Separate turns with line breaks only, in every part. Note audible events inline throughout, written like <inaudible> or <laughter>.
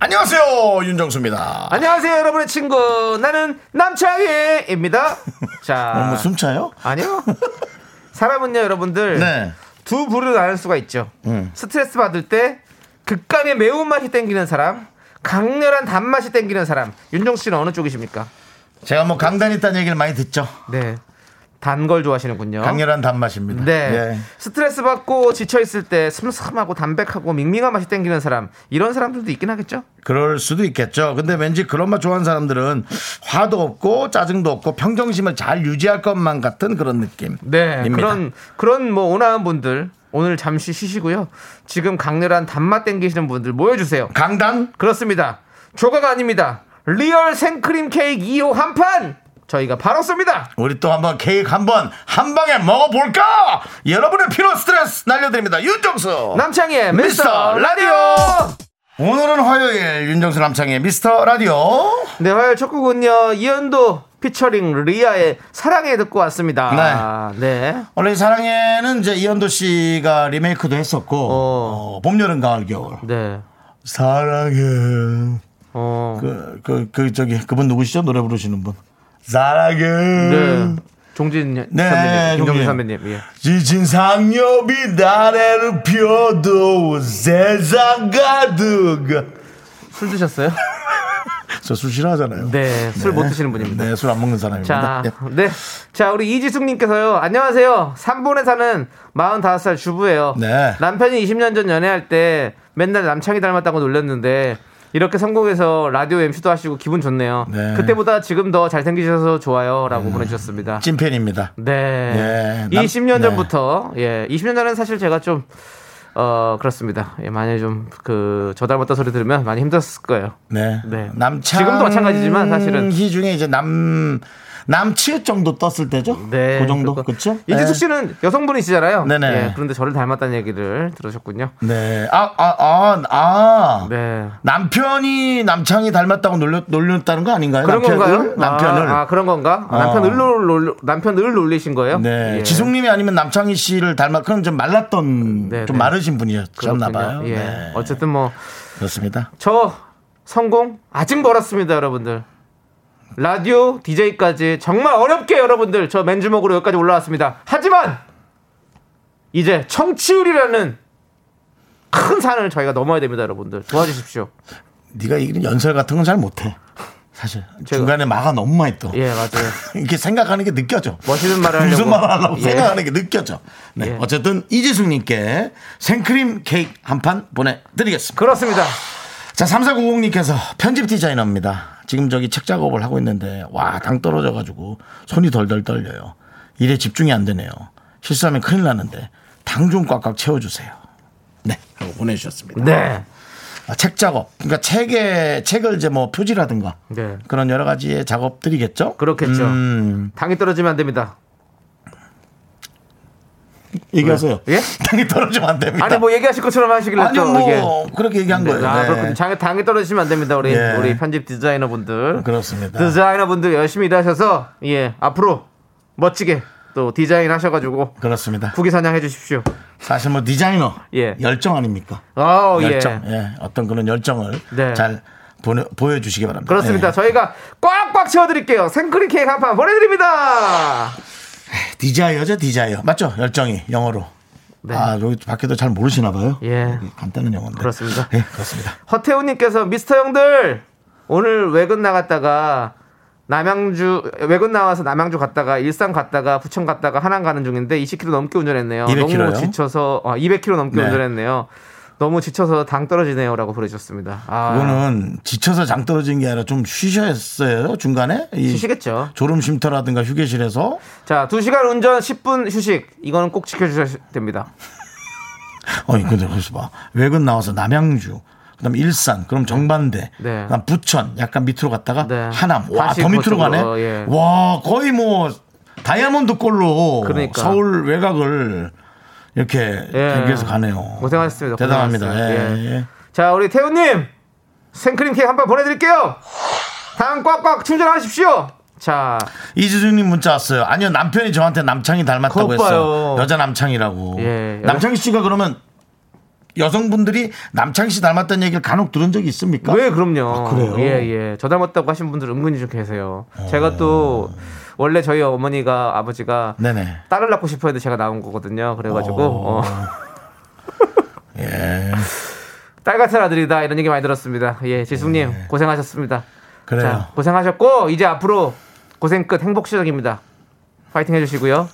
안녕하세요 윤정수입니다.
안녕하세요, 여러분의 친구. 나는
<laughs>
남창희입니다. 자.
어, 뭐숨 차요?
아니요. 사람은요, 여러분들.
네. 음.
두 부류로 나눌 수가 있죠. 스트레스 받을 때 극강의 매운맛이 땡기는 사람, 강렬한 단맛이 땡기는 사람. 윤정 씨는 어느 쪽이십니까?
제가 뭐 강단 있다는 얘기를 많이 듣죠.
네. 단 걸 좋아하시는군요.
강렬한 단맛입니다.
네.
예.
스트레스 받고 지쳐 있을 때 슴슴하고 담백하고 밍밍한 맛이 땡기는 사람. 이런 사람들도 있긴 하겠죠?
그럴 수도 있겠죠. 근데 왠지 그런 맛 좋아하는 사람들은 화도 없고 짜증도 없고 평정심을 잘 유지할 것만 같은 그런 느낌.
네,
입니다.
그런 그런 뭐 온화한 분들 오늘 잠시 쉬시고요. 지금 강렬한 단맛 땡기시는 분들 모여주세요.
강단
그렇습니다. 조가가 아닙니다. 리얼 생크림 케이크 2호 한 판 저희가 바로 쏩니다.
우리 또 한번 케이크 한번 한 방에 먹어볼까? 여러분의 피로 스트레스 날려드립니다. 윤정수
남창희의
미스터
미스터
라디오. 오늘은 화요일 윤정수 남창의 미스터 라디오.
네, 화요일 첫 곡은요. 이현도 피처링 리아의 사랑해 듣고 왔습니다. 네.
원래 이 사랑에는 이제 이현도 씨가 리메이크도 했었고
어.
어, 봄 여름 가을 겨울
네.
사랑해
어.
그 그 그 저기 그분 누구시죠 노래 부르시는 분 사랑해
네. 종진
음. 네,
선배님, 김종진
형님.
선배님. 예.
지친 상엽이 나래를 피워도 세상 가득
술 드셨어요?
저 술 싫어하잖아요
네, 술 못 드시는 분입니다.
네술 안 먹는 사람입니다
자,
예.
네. 자, 우리 이지숙님께서요. 안녕하세요. 삼본에 사는 45살 주부예요.
네.
남편이 20년 전 연애할 때 맨날 남창이 닮았다고 놀렸는데 이렇게 성공해서 라디오 MC도 하시고 기분 좋네요.
네. 음.
그때보다 지금 더 잘생기셔서 좋아요라고 보내주셨습니다.
찐팬입니다
네.
예, 남-
20년
네.
전부터 예, 20년 전에는 사실 제가 좀 어, 그렇습니다. 예, 많이 좀 그 저 닮았다 소리 들으면 많이 힘들었을 거예요.
네.
네.
남창
지금도 마찬가지지만 사실은.
희 중에 이제 남 남치읓 정도 떴을 때죠.
네.
그 정도
그렇고.
그렇죠.
이지숙 씨는 여성분이시잖아요.
네네.
예, 그런데 저를 닮았다는 얘기를 들으셨군요.
네. 아 아 아 아,
네.
남편이 남창이 닮았다고 놀렸 놀렸다는 거 아닌가요?
그런
남편을?
건가요?
남편을.
아, 아, 그런 건가?
어.
남편을 놀, 남편을 놀리신 거예요?
네.
예.
지숙님이 아니면 남창희 씨를 닮아 그럼 좀 말랐던
네,
좀
네.
마르신 분이셨나
그렇군요.
봐요.
예.
네.
어쨌든 뭐
그렇습니다.
저 성공 아직 멀었습니다, 여러분들. 라디오 DJ까지 정말 어렵게 여러분들 저 맨주먹으로 여기까지 올라왔습니다. 하지만 이제 청취율이라는 큰 산을 저희가 넘어야 됩니다, 여러분들. 도와주십시오.
네가 이 연설 같은 건 잘 못해. 사실
제가-
중간에 마가 너무 많이 떠.
예, 맞아요.
<laughs> 이렇게 생각하는 게 느껴져.
멋있는 말을 하려고.
무슨 말을 하려고
예.
생각하는 게 느껴져. 네.
예.
어쨌든 이지숙님께 생크림 케이크 한 판 보내드리겠습니다.
그렇습니다.
자, 3490님께서 편집 디자이너입니다. 지금 저기 책 작업을 하고 있는데, 와, 당 떨어져가지고 손이 덜덜 떨려요. 일에 집중이 안 되네요. 실수하면 큰일 나는데, 당 좀 꽉꽉 채워주세요. 네. 하고 보내주셨습니다.
네.
아, 책 작업. 그러니까 책에, 책을 이제 뭐 표지라든가.
네.
그런 여러 가지의 작업들이겠죠.
그렇겠죠.
음.
당이 떨어지면 안 됩니다.
얘기하세요.
예?
당이 떨어지면 안 됩니다.
아니 뭐 얘기하실 것처럼 하시길래
아니요,
또
뭐
이게.
그렇게 얘기한 거예요.
아,
네.
그렇군요. 장, 당이 떨어지면 안 됩니다. 우리
예.
우리 편집 디자이너분들.
그렇습니다.
디자이너분들 열심히 일하셔서 예, 앞으로 멋지게 또 디자인 하셔 가지고
그렇습니다.
후기 사냥해 주십시오.
사실 뭐 디자이너
예.
열정 아닙니까?
어, 예.
열정. 예. 어떤 그런 열정을
네.
잘 보여 주시기 바랍니다.
그렇습니다.
예.
저희가 꽉꽉 채워 드릴게요. 생크림 케이크 한 판 보내 드립니다.
디자이어죠, 디자이어. 맞죠? 열정이 영어로.
네.
아, 여기 밖에도 잘 모르시나 봐요.
예.
여기 간단한 영어인데.
그렇습니다.
예, 그렇습니다.
허태우님께서 미스터 형들 오늘 외근 나갔다가 남양주 외근 나와서 남양주 갔다가 일산 갔다가 부천 갔다가 하남 가는 중인데 20km 넘게 운전했네요.
200km 요?
너무 지쳐서 아, 200km 넘게
네.
운전했네요. 너무 지쳐서 당 떨어지네요라고 보내주셨습니다. 아,
그거는 지쳐서 장 떨어진 게 아니라 좀 쉬셨어요, 중간에? 이
쉬시겠죠.
졸음 쉼터라든가 휴게실에서
자, 2시간 운전 10분 휴식. 이거는 꼭 지켜주셔야 됩니다.
아니 근데 그래서 봐 외근 나와서 남양주 그다음에 일산, 그럼 정반대,
네.
그다음 부천, 약간 밑으로 갔다가
네.
하남, 와
다시
더 밑으로
그쪽으로,
가네.
예.
와 거의 뭐 다이아몬드 꼴로
그러니까.
서울 외곽을 이렇게
예.
대비해서 가네요.
고생하셨습니다.
대단합니다. 예,
고생하셨어요. 예.
예.
자, 우리 태우님 생크림 케이크 한 판 보내드릴게요. 당 꽉꽉 충전하십시오. 자,
이주준님 문자 왔어요. 아니요 남편이 저한테 남창이 닮았다고
그것
했어요.
봐요.
여자 남창이라고.
예,
남창희 씨가 그러면 여성분들이 남창희 씨 닮았다는 얘기를 간혹 들은 적이 있습니까? 아,
왜 그럼요.
그래요?
예, 예. 저 닮았다고 하신 분들 은근히 좀 계세요. 제가 또 원래 저희 어머니가 아버지가
어. 네네.
딸을 낳고 싶어 해도 제가 나온 거거든요. 그래가지고
어.
어,
<laughs> 예.
딸 같은 아들이다 이런 얘기 많이 들었습니다. 예, 지숙님 고생하셨습니다.
그래요.
자, 고생하셨고 이제 앞으로 고생 끝 행복 시작입니다. 파이팅 해주시고요.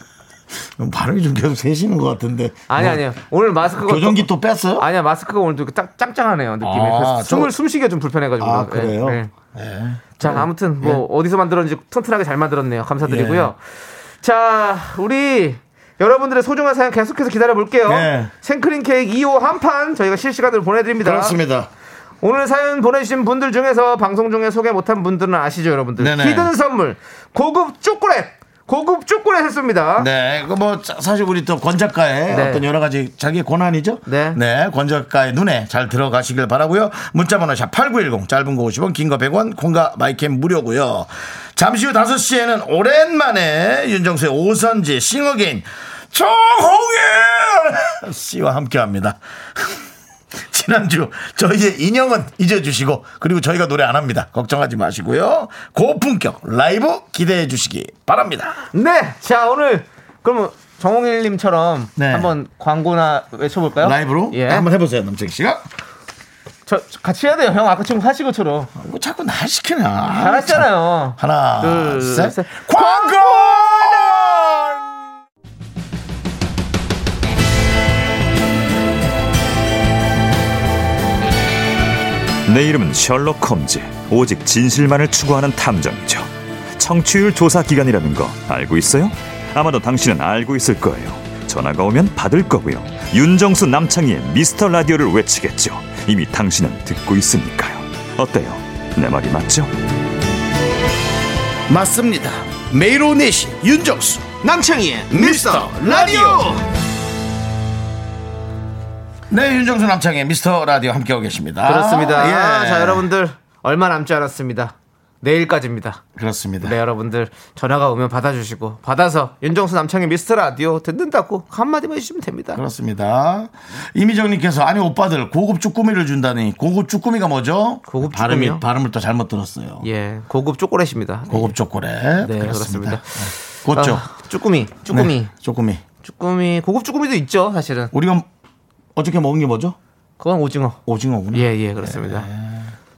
발음이 좀 계속 세시는 것 같은데.
아니
뭐,
아니요. 오늘 마스크가
교정기 또 뺐어요?
아니야 마스크가 오늘 좀 짱, 짱짱하네요 느낌이
아,
그래서
좀-
숨을 숨쉬기가 좀 불편해가지고
아,
예,
그래요?
예.
예.
자 아무튼 뭐 어디서 만들었는지 튼튼하게 잘 만들었네요 감사드리고요
예.
자 우리 여러분들의 소중한 사연 계속해서 기다려볼게요
네.
생크림 케이크 2호 한 판 저희가 실시간으로 보내드립니다
그렇습니다.
오늘 사연 보내주신 분들 중에서 방송 중에 소개 못한 분들은 아시죠 여러분들
네네.
히든 선물 고급 초콜릿 고급 초콜릿 했습니다
네, 그뭐 사실 우리 또 권 작가의
네.
어떤 여러 가지 자기 의 고난이죠.
네.
권 작가의 눈에 잘 들어가시길 바라고요. 문자번호 샵 #8910 짧은 거 50원, 긴 거 100원, 콩과 마이캠 무료고요. 잠시 후 5시에는 오랜만에 윤정수의 오선지 싱어게인 정홍일 <laughs> 씨와 함께합니다. <laughs> 지난주 저희의 인형은 잊어주시고 그리고 저희가 노래 안 합니다. 걱정하지 마시고요. 고품격 라이브 기대해 주시기 바랍니다.
네, 자 오늘 그럼 정홍일님처럼
네.
한번 광고나 외쳐볼까요?
라이브로 네, 아,
예.
한번 해보세요 남창희 씨가
저, 저 같이 해야 돼요, 형. 아까 지금 하신 것처럼
뭐 자꾸 날 시키냐 아,
잘하잖아요.
참. 하나
둘,
둘셋
셋.
광고
내 이름은 셜록 홈즈. 오직 진실만을 추구하는 탐정이죠. 청취율 조사 기간이라는 거 알고 있어요? 아마도 당신은 알고 있을 거예요. 전화가 오면 받을 거고요. 윤정수 남창희의 미스터 라디오를 외치겠죠. 이미 당신은 듣고 있으니까요. 어때요? 내 말이 맞죠?
맞습니다 매일 오후 4시 윤정수 남창희의 미스터 라디오 네 윤정수 남창희의 미스터 라디오 함께하고 계십니다
그렇습니다.
아, 예.
자, 여러분들 얼마 남지 않았습니다. 내일까지입니다.
그렇습니다
네, 여러분들 전화가 오면 받아주시고 받아서 윤정수 남창의 미스터 라디오 듣는다고 한마디만 해주시면 됩니다.
그렇습니다. 이미정님께서 아니 오빠들 고급 쭈꾸미를 준다니 고급 쭈꾸미가 뭐죠?
고급
발음이
쭈꾸미요?
발음을 또 잘못 들었어요.
예, 고급 초콜릿입니다.
고급 초콜릿.
네,
그렇습니다.
그렇습니다.
곧죠.
아, 쭈꾸미, 쭈꾸미,
네, 쭈꾸미.
쭈꾸미, 고급 쭈꾸미도 있죠, 사실은.
우리가 어저께 먹은 게 뭐죠?
그건 오징어.
오징어구나.
예, 예, 그렇습니다.
네.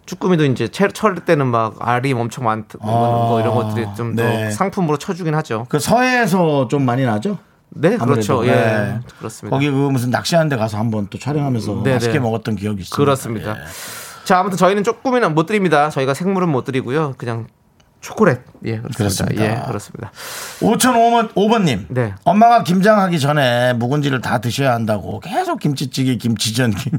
쭈꾸미도 이제 철, 철 때는 막 알이 엄청 많고 거 이런 것들이 좀 더
아, 네.
상품으로 쳐주긴 하죠.
그 서해에서 좀 많이 나죠?
네, 그렇죠.
아무래도.
예,
네.
그렇습니다.
거기 그 무슨 낚시하는 데 가서 한번 또 촬영하면서
네,
맛있게
네.
먹었던 기억이 있습니다.
그렇습니다.
예.
자, 아무튼 저희는 쭈꾸미는 못 드립니다. 저희가 생물은 못 드리고요. 그냥 초콜릿. 예, 그렇습니다.
그렇습니다.
예, 그렇습니다.
5005번, 5번님.
네.
엄마가 김장하기 전에 묵은지를 다 드셔야 한다고 계속 김치찌개, 김치전, <laughs> 김...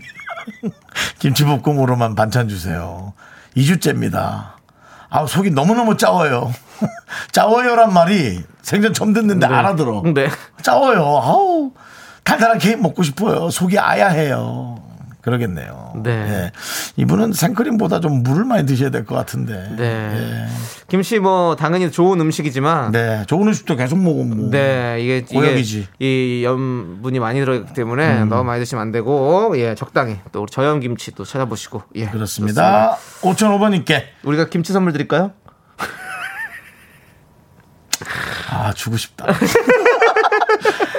김치볶음으로만 반찬 주세요. 2주째입니다. 아 속이 너무너무 짜워요. <laughs> 짜워요란 말이 생전 처음 듣는데 알아들어.
네.
짜워요. 아우. 달달한 케이크 먹고 싶어요. 속이 아야해요. 그러겠네요.
네.
예. 이분은 생크림보다 좀 물을 많이 드셔야 될 것 같은데.
네. 김치 뭐 당연히 좋은 음식이지만 네.
네. 좋은 음식도 계속 먹으면 뭐.
이게
고역이지. 음.
이게 이 염분이 많이 들어있기 때문에 너무 많이 드시면 안 되고 예 적당히 또 저염 김치 또 찾아보시고 예
그렇습니다. 5,500번님께
우리가 김치 선물 드릴까요?
아 주고 싶다. <laughs>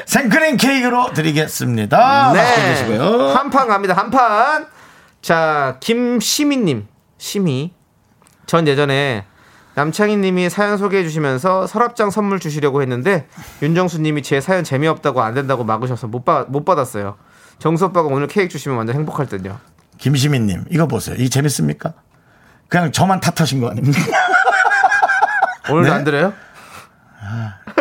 생크림 케이크로 드리겠습니다. 맛있게 드시고요.
네. 한판 갑니다. 한 판. 자, 김시민님. 시미. 전 예전에 남창희님이 사연 소개해 주시면서 서랍장 선물 주시려고 했는데 윤정수님이 제 사연 재미없다고 안 된다고 막으셔서 못, 받, 못 받았어요. 정수 오빠가 오늘 케이크 주시면 완전 행복할 듯요.
김시민님 이거 보세요. 이 재밌습니까? 그냥 저만 탓하신 거 아닙니까? <laughs>
오늘도
네?
안 들어요?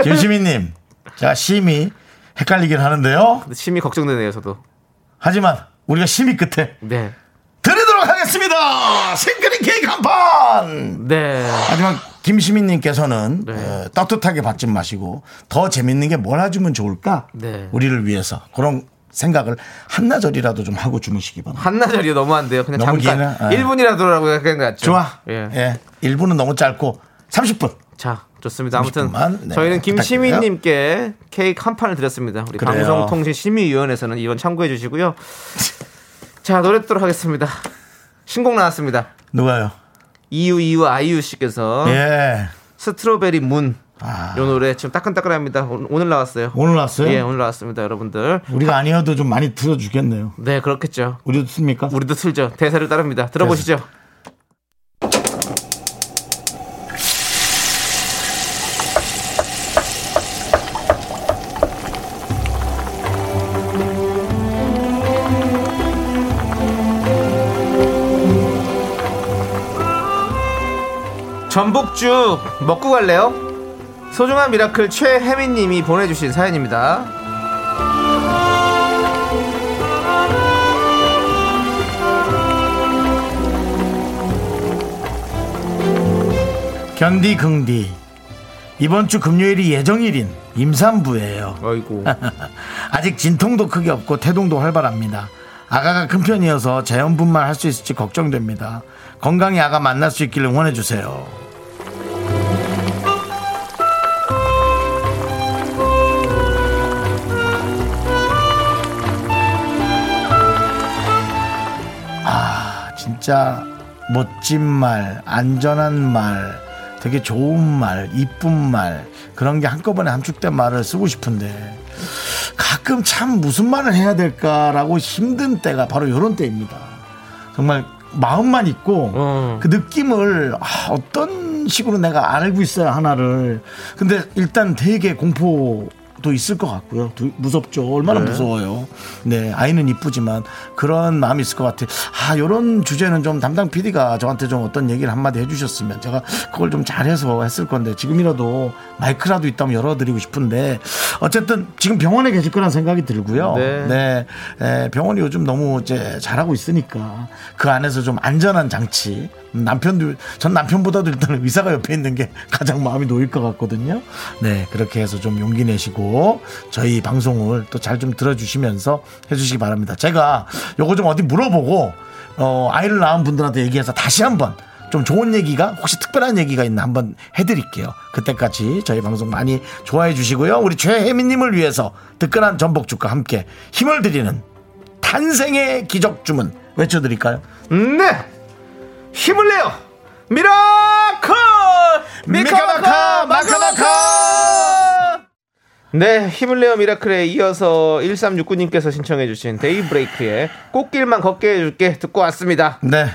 김시민님 제가 심히 헷갈리긴 하는데요.
근데 심히 걱정되네요, 저도.
하지만 우리가 심히 끝에
네.
드리도록 출발했습니다. 싱크린 케이크 한 판.
네.
하지만 김시민님께서는
네.
어, 따뜻하게 받지 마시고 더 재밌는 게 뭘 해주면 좋을까?
네.
우리를 위해서 그런 생각을 한나절이라도 좀 하고 주무시기 바랍니다.
한나절이 너무한데요. 그냥
너무
잠깐
기나? 예.
1분이라도라고 생각했죠.
좋아.
예.
예. 1부는 너무 짧고 30분.
자, 좋습니다.
30분만,
아무튼
네,
저희는
부탁드려요.
김시민님께 케이크 한 판을 드렸습니다. 우리
그래요.
방송통신심의위원회에서는 이건 참고해 주시고요. 자, 노래 듣도록 하겠습니다. 신곡 나왔습니다.
누가요?
이유 이유 아이유 씨께서
예.
스트로베리 문.
아.
요 노래 지금 따끈따끈합니다. 오늘 오늘 나왔어요.
오늘 나왔어요?
예, 오늘 나왔습니다, 여러분들.
우리가 아니어도 좀 많이 들어주겠네요.
네, 그렇겠죠.
우리도 씁니까?
우리도 틀죠. 대사를 따릅니다. 들어보시죠. 전복죽 먹고 갈래요? 소중한 미라클 최혜민 님이 보내주신 사연입니다.
견디 긍디. 이번 주 금요일이 예정일인 임산부예요.
아이고.
<laughs> 아직 진통도 크게 없고 태동도 활발합니다. 아가가 큰 편이어서 재연분만 할 수 있을지 걱정됩니다. 건강히 아가 만날 수 있길 응원해 주세요. 아 진짜 멋진 말, 안전한 말, 되게 좋은 말, 이쁜 말 그런 게 한꺼번에 함축된 말을 쓰고 싶은데 가끔 참 무슨 말을 해야 될까라고 힘든 때가 바로 이런 때입니다. 정말 마음만 있고
어.
그 느낌을 아, 어떤 식으로 내가 알고 있어야 하나를 근데 일단 되게 공포. 도 있을 것 같고요. 두- 무섭죠. 얼마나 무서워요. 네, 아이는 이쁘지만 그런 마음이 있을 것 같아요. 아, 이런 주제는 좀 담당 PD가 저한테 좀 어떤 얘기를 한마디 해주셨으면 제가 그걸 좀 잘해서 했을 건데 지금이라도 마이크라도 있다면 열어드리고 싶은데 어쨌든 지금 병원에 계실 거란 생각이 들고요.
네.
네, 네, 에, 병원이 요즘 너무 이제 잘하고 있으니까 그 안에서 좀 안전한 장치. 음, 남편도 전 남편보다도 일단 의사가 옆에 있는 게 <laughs> 가장 마음이 놓일 것 같거든요. 네, 그렇게 해서 좀 용기 내시고 저희 방송을 또 잘 좀 들어주시면서 해주시기 바랍니다. 제가 요거 좀 어디 물어보고 어, 아이를 낳은 분들한테 얘기해서 다시 한번. 좀 좋은 얘기가 혹시 특별한 얘기가 있나 한번 해드릴게요. 그때까지 저희 방송 많이 좋아해 주시고요. 우리 최혜민님을 위해서 뜨끈한 전복죽과 함께 힘을 드리는 탄생의 기적 주문 외쳐드릴까요?
네! 힘을 내요! 미라클!
미카마카, 마카마카!
네, 힘을 내요 미라클에 이어서 1369님께서 신청해주신 데이브레이크의 꽃길만 걷게 해줄게 듣고 왔습니다.
네.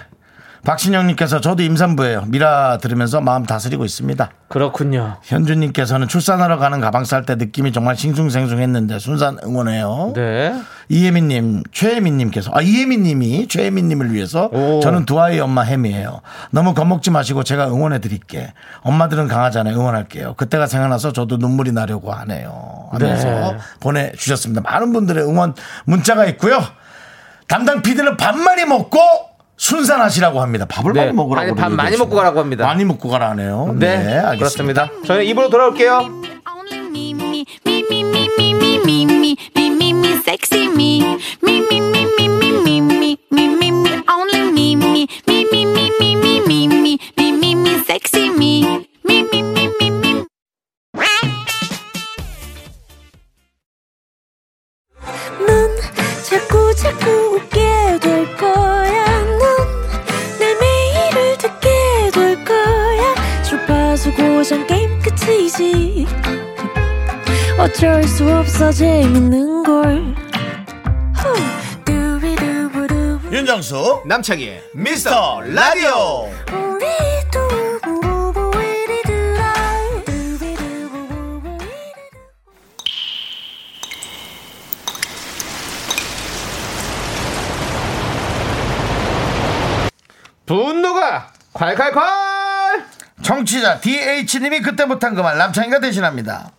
박신영님께서 저도 임산부예요. 미라 들으면서 마음 다스리고 있습니다.
그렇군요.
현주님께서는 출산하러 가는 가방 살 때 느낌이 정말 싱숭생숭했는데 순산 응원해요.
네.
이혜민님, 최혜민님께서 아 이혜민님이 최혜민님을 위해서
오.
저는 두 아이 엄마 햄이에요. 너무 겁먹지 마시고 제가 응원해 드릴게. 엄마들은 강하잖아요. 응원할게요. 그때가 생각나서 저도 눈물이 나려고 하네요. 하면서
네.
보내주셨습니다. 많은 분들의 응원 문자가 있고요. 담당 PD는 밥 많이 먹고 순산하시라고 합니다. 밥을
네.
많이 먹으라고
아니, 밥
그러죠,
많이
지금.
먹고 가라고 합니다.
많이 먹고 가라 하네요.
네,
알겠습니다.
그렇습니다. 저는 입으로 돌아올게요.
Only me, me, me, me, me, me, me, me, me, me, me, me, sexy me. Me, me, me, me, me, me, me, me, me, me, only me, me, me, me, me, me, me, me, me, me, me, me, sexy me. Me, me, me, me, me.
넌 자꾸 자꾸 웃게 될 거야. 넌내 매일을 듣게 될 거야. 주파수 고정 게임 끝이지. 어쩔 수 없어 재밌는 걸. 후. 두비두부두.
윤정수
남창희의
미스터 라디오.
우리 두부부부 우리 두라. 두비두부부부 우리 두라.
분노가 콸콸콸!
정치자 DH님이 그때 못한 그 말 남창이가 대신합니다.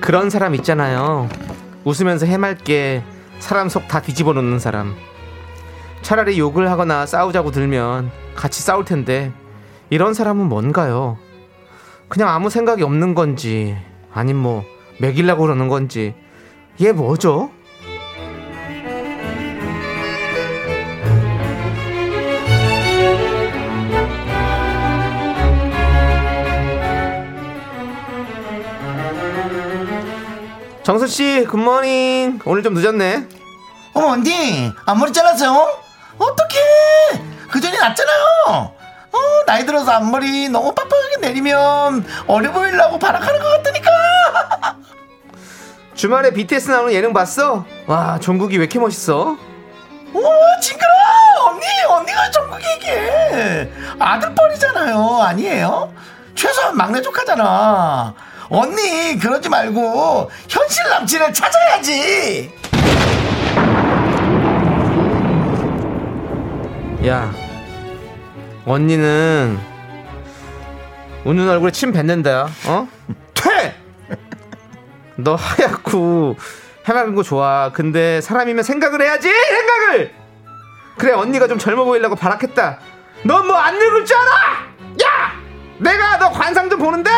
그런 사람 있잖아요. 웃으면서 해맑게 사람 속 다 뒤집어 놓는 사람. 차라리 욕을 하거나 싸우자고 들면 같이 싸울 텐데 이런 사람은 뭔가요? 그냥 아무 생각이 없는 건지 아님 뭐 먹이려고 그러는 건지 얘 뭐죠? 정수 씨 굿모닝 오늘 좀 늦었네
어머 언니 앞머리 잘랐어요? 어떡해 그전이 낫잖아요 어 나이 들어서 앞머리 너무 빡빡하게 내리면 어려 보이려고 발악하는 것 같으니까
주말에 BTS 나오는 예능 봤어? 와 종국이 왜 이렇게 멋있어?
오 징그러 언니 언니가 전국 얘기해 아들뻘이잖아요 아니에요? 최소한 막내 조카잖아 언니 그러지 말고 현실 남친을 찾아야지
야 언니는 웃는 얼굴에 침 뱉는다 어? <laughs> 퇴! 너 하얗고 해맑은 거 좋아 근데 사람이면 생각을 해야지 생각을 그래 언니가 좀 젊어 보이려고 발악했다 넌 뭐 안 늙을 줄 알아 야 내가 너 관상 좀 보는데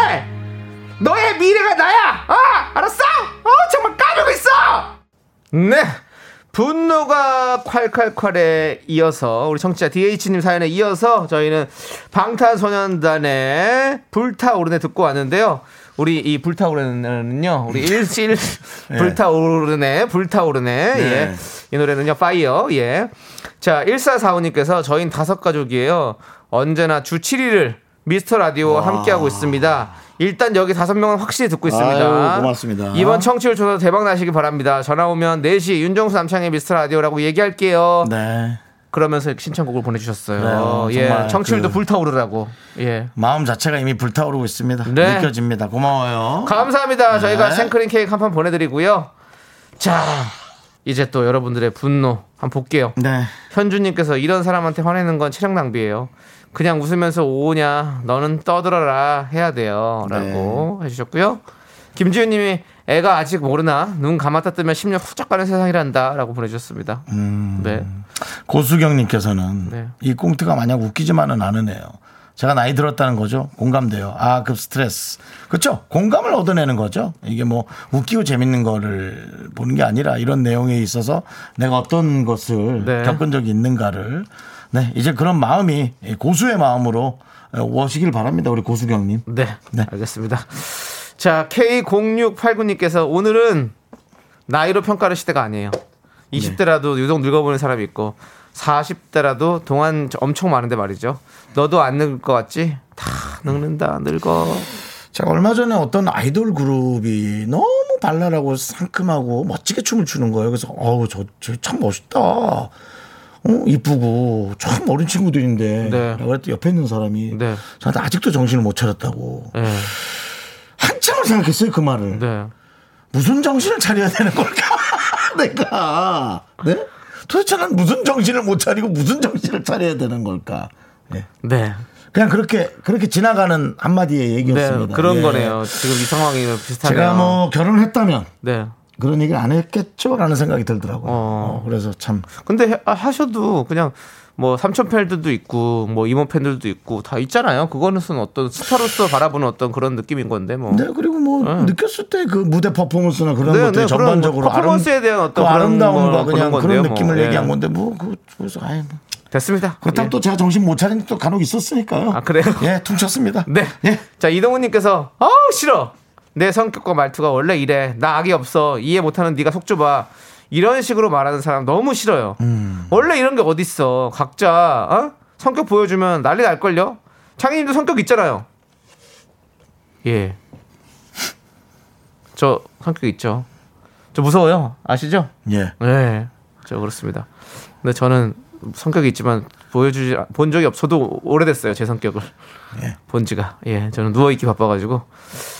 너의 미래가 나야 어 알았어 어 정말 까불고 있어 네. 분노가 콸콸콸에 이어서 우리 청취자 DH님 사연에 이어서 저희는 방탄소년단의 불타오르네 듣고 왔는데요. 우리 이 불타오르네는요. 우리 일실 불타오르네 불타오르네 예. 이 노래는요. 파이어. 예. 자, 1445님께서 저희는 다섯 가족이에요. 언제나 주 7일을 미스터 라디오와 함께하고 있습니다. 일단 여기 다섯 명은 확실히 듣고 있습니다.
아유, 고맙습니다.
이번 청취율 조사 대박 나시기 바랍니다. 전화 오면 4시 윤정수 남창의 미스터 라디오라고 얘기할게요.
네
그러면서 신청곡을 보내주셨어요.
네,
예,
정말
청취율도
그-
불타오르라고. 예.
마음 자체가 이미 불타오르고 있습니다
네.
느껴집니다 고마워요
감사합니다. 저희가
네.
생크림 케이크 한 판 보내드리고요. 자, 이제 또 여러분들의 분노 한번 볼게요.
네
현주님께서 이런 사람한테 화내는 건 체력 낭비예요. 그냥 웃으면서 오냐 너는 떠들어라 해야 돼요라고 해주셨고요. 김지윤님이 애가 아직 모르나 눈 감았다 뜨면 10년 후쩍 가는 세상이란다라고 보내주셨습니다. 네,
고수경님께서는
네.
이 꽁트가 마냥 웃기지만은 않으네요. 제가 나이 들었다는 거죠. 공감돼요. 아, 급 스트레스. 그렇죠. 공감을 얻어내는 거죠. 이게 뭐 웃기고 재밌는 거를 보는 게 아니라 이런 내용에 있어서 내가 어떤 것을
네.
겪은 적이 있는가를 네 이제 그런 마음이 고수의 마음으로 어, 오시길 바랍니다. 우리 고수경님.
네,
네.
알겠습니다. 자 K0689님께서 오늘은 나이로 평가를 시대가 아니에요.
네.
20대라도 유독 늙어보는 사람이 있고 40대라도 동안 엄청 많은데 말이죠. 너도 안 늙을 것 같지? 다 늙는다 늙어.
제가 얼마 전에 어떤 아이돌 그룹이 너무 발랄하고 상큼하고 멋지게 춤을 추는 거예요. 그래서 어우 저참 멋있다. 어 이쁘고 참 어린 친구들인데
네.
라고 그랬더니 옆에 있는 사람이
네.
저한테 아직도 정신을 못 차렸다고
예.
한참을 생각했어요 그 말을
네.
무슨 정신을 차려야 되는 걸까 <laughs> 내가 네? 도대체 난 무슨 정신을 못 차리고 무슨 정신을 차려야 되는 걸까 네.
네.
그냥 그렇게 그렇게 지나가는 한마디의 얘기였습니다
그런
예.
거네요. 지금 이 상황이 비슷하네요.
제가 뭐 결혼했다면
네.
그런 얘기를 안 했겠죠라는 생각이 들더라고요.
어.
어, 그래서 참
근데 해- 아, 하셔도 그냥 뭐 삼촌 팬들도 있고 뭐 이모 팬들도 있고 다 있잖아요. 그거는 어떤 스타로서 바라보는 어떤 그런 느낌인 건데 뭐.
네, 그리고 뭐 느꼈을 때 그 무대 퍼포먼스나 그런
네,
것들이
네, 그런
전반적으로
퍼포먼스에 대한 어떤 그런
아름다움과
뭐
그냥
그런
그런,
건데요,
느낌을
뭐.
얘기한
예.
건데 뭐 그- 그래서 아예 뭐.
됐습니다.
그렇다고
예.
또 제가 정신 못 차린 또 간혹 있었으니까요.
아, 그래요?
예, 퉁쳤습니다.
네.
예.
자, 이동훈 님께서 어우, 싫어. 내 성격과 말투가 원래 이래. 나 악이 없어. 이해 못 하는 네가 속 좁아. 이런 식으로 말하는 사람 너무 싫어요.
음.
원래 이런 게 어딨어. 각자 어? 성격 보여주면 난리 날 걸요. 창희 님도 성격 있잖아요. 예. 저 성격 있죠. 저 무서워요. 아시죠?
예.
네, 저 그렇습니다. 근데 저는 성격이 있지만 보여주지 본 적이 없어도 오래됐어요 제 성격을
예.
본지가 예 저는 누워 있기 바빠가지고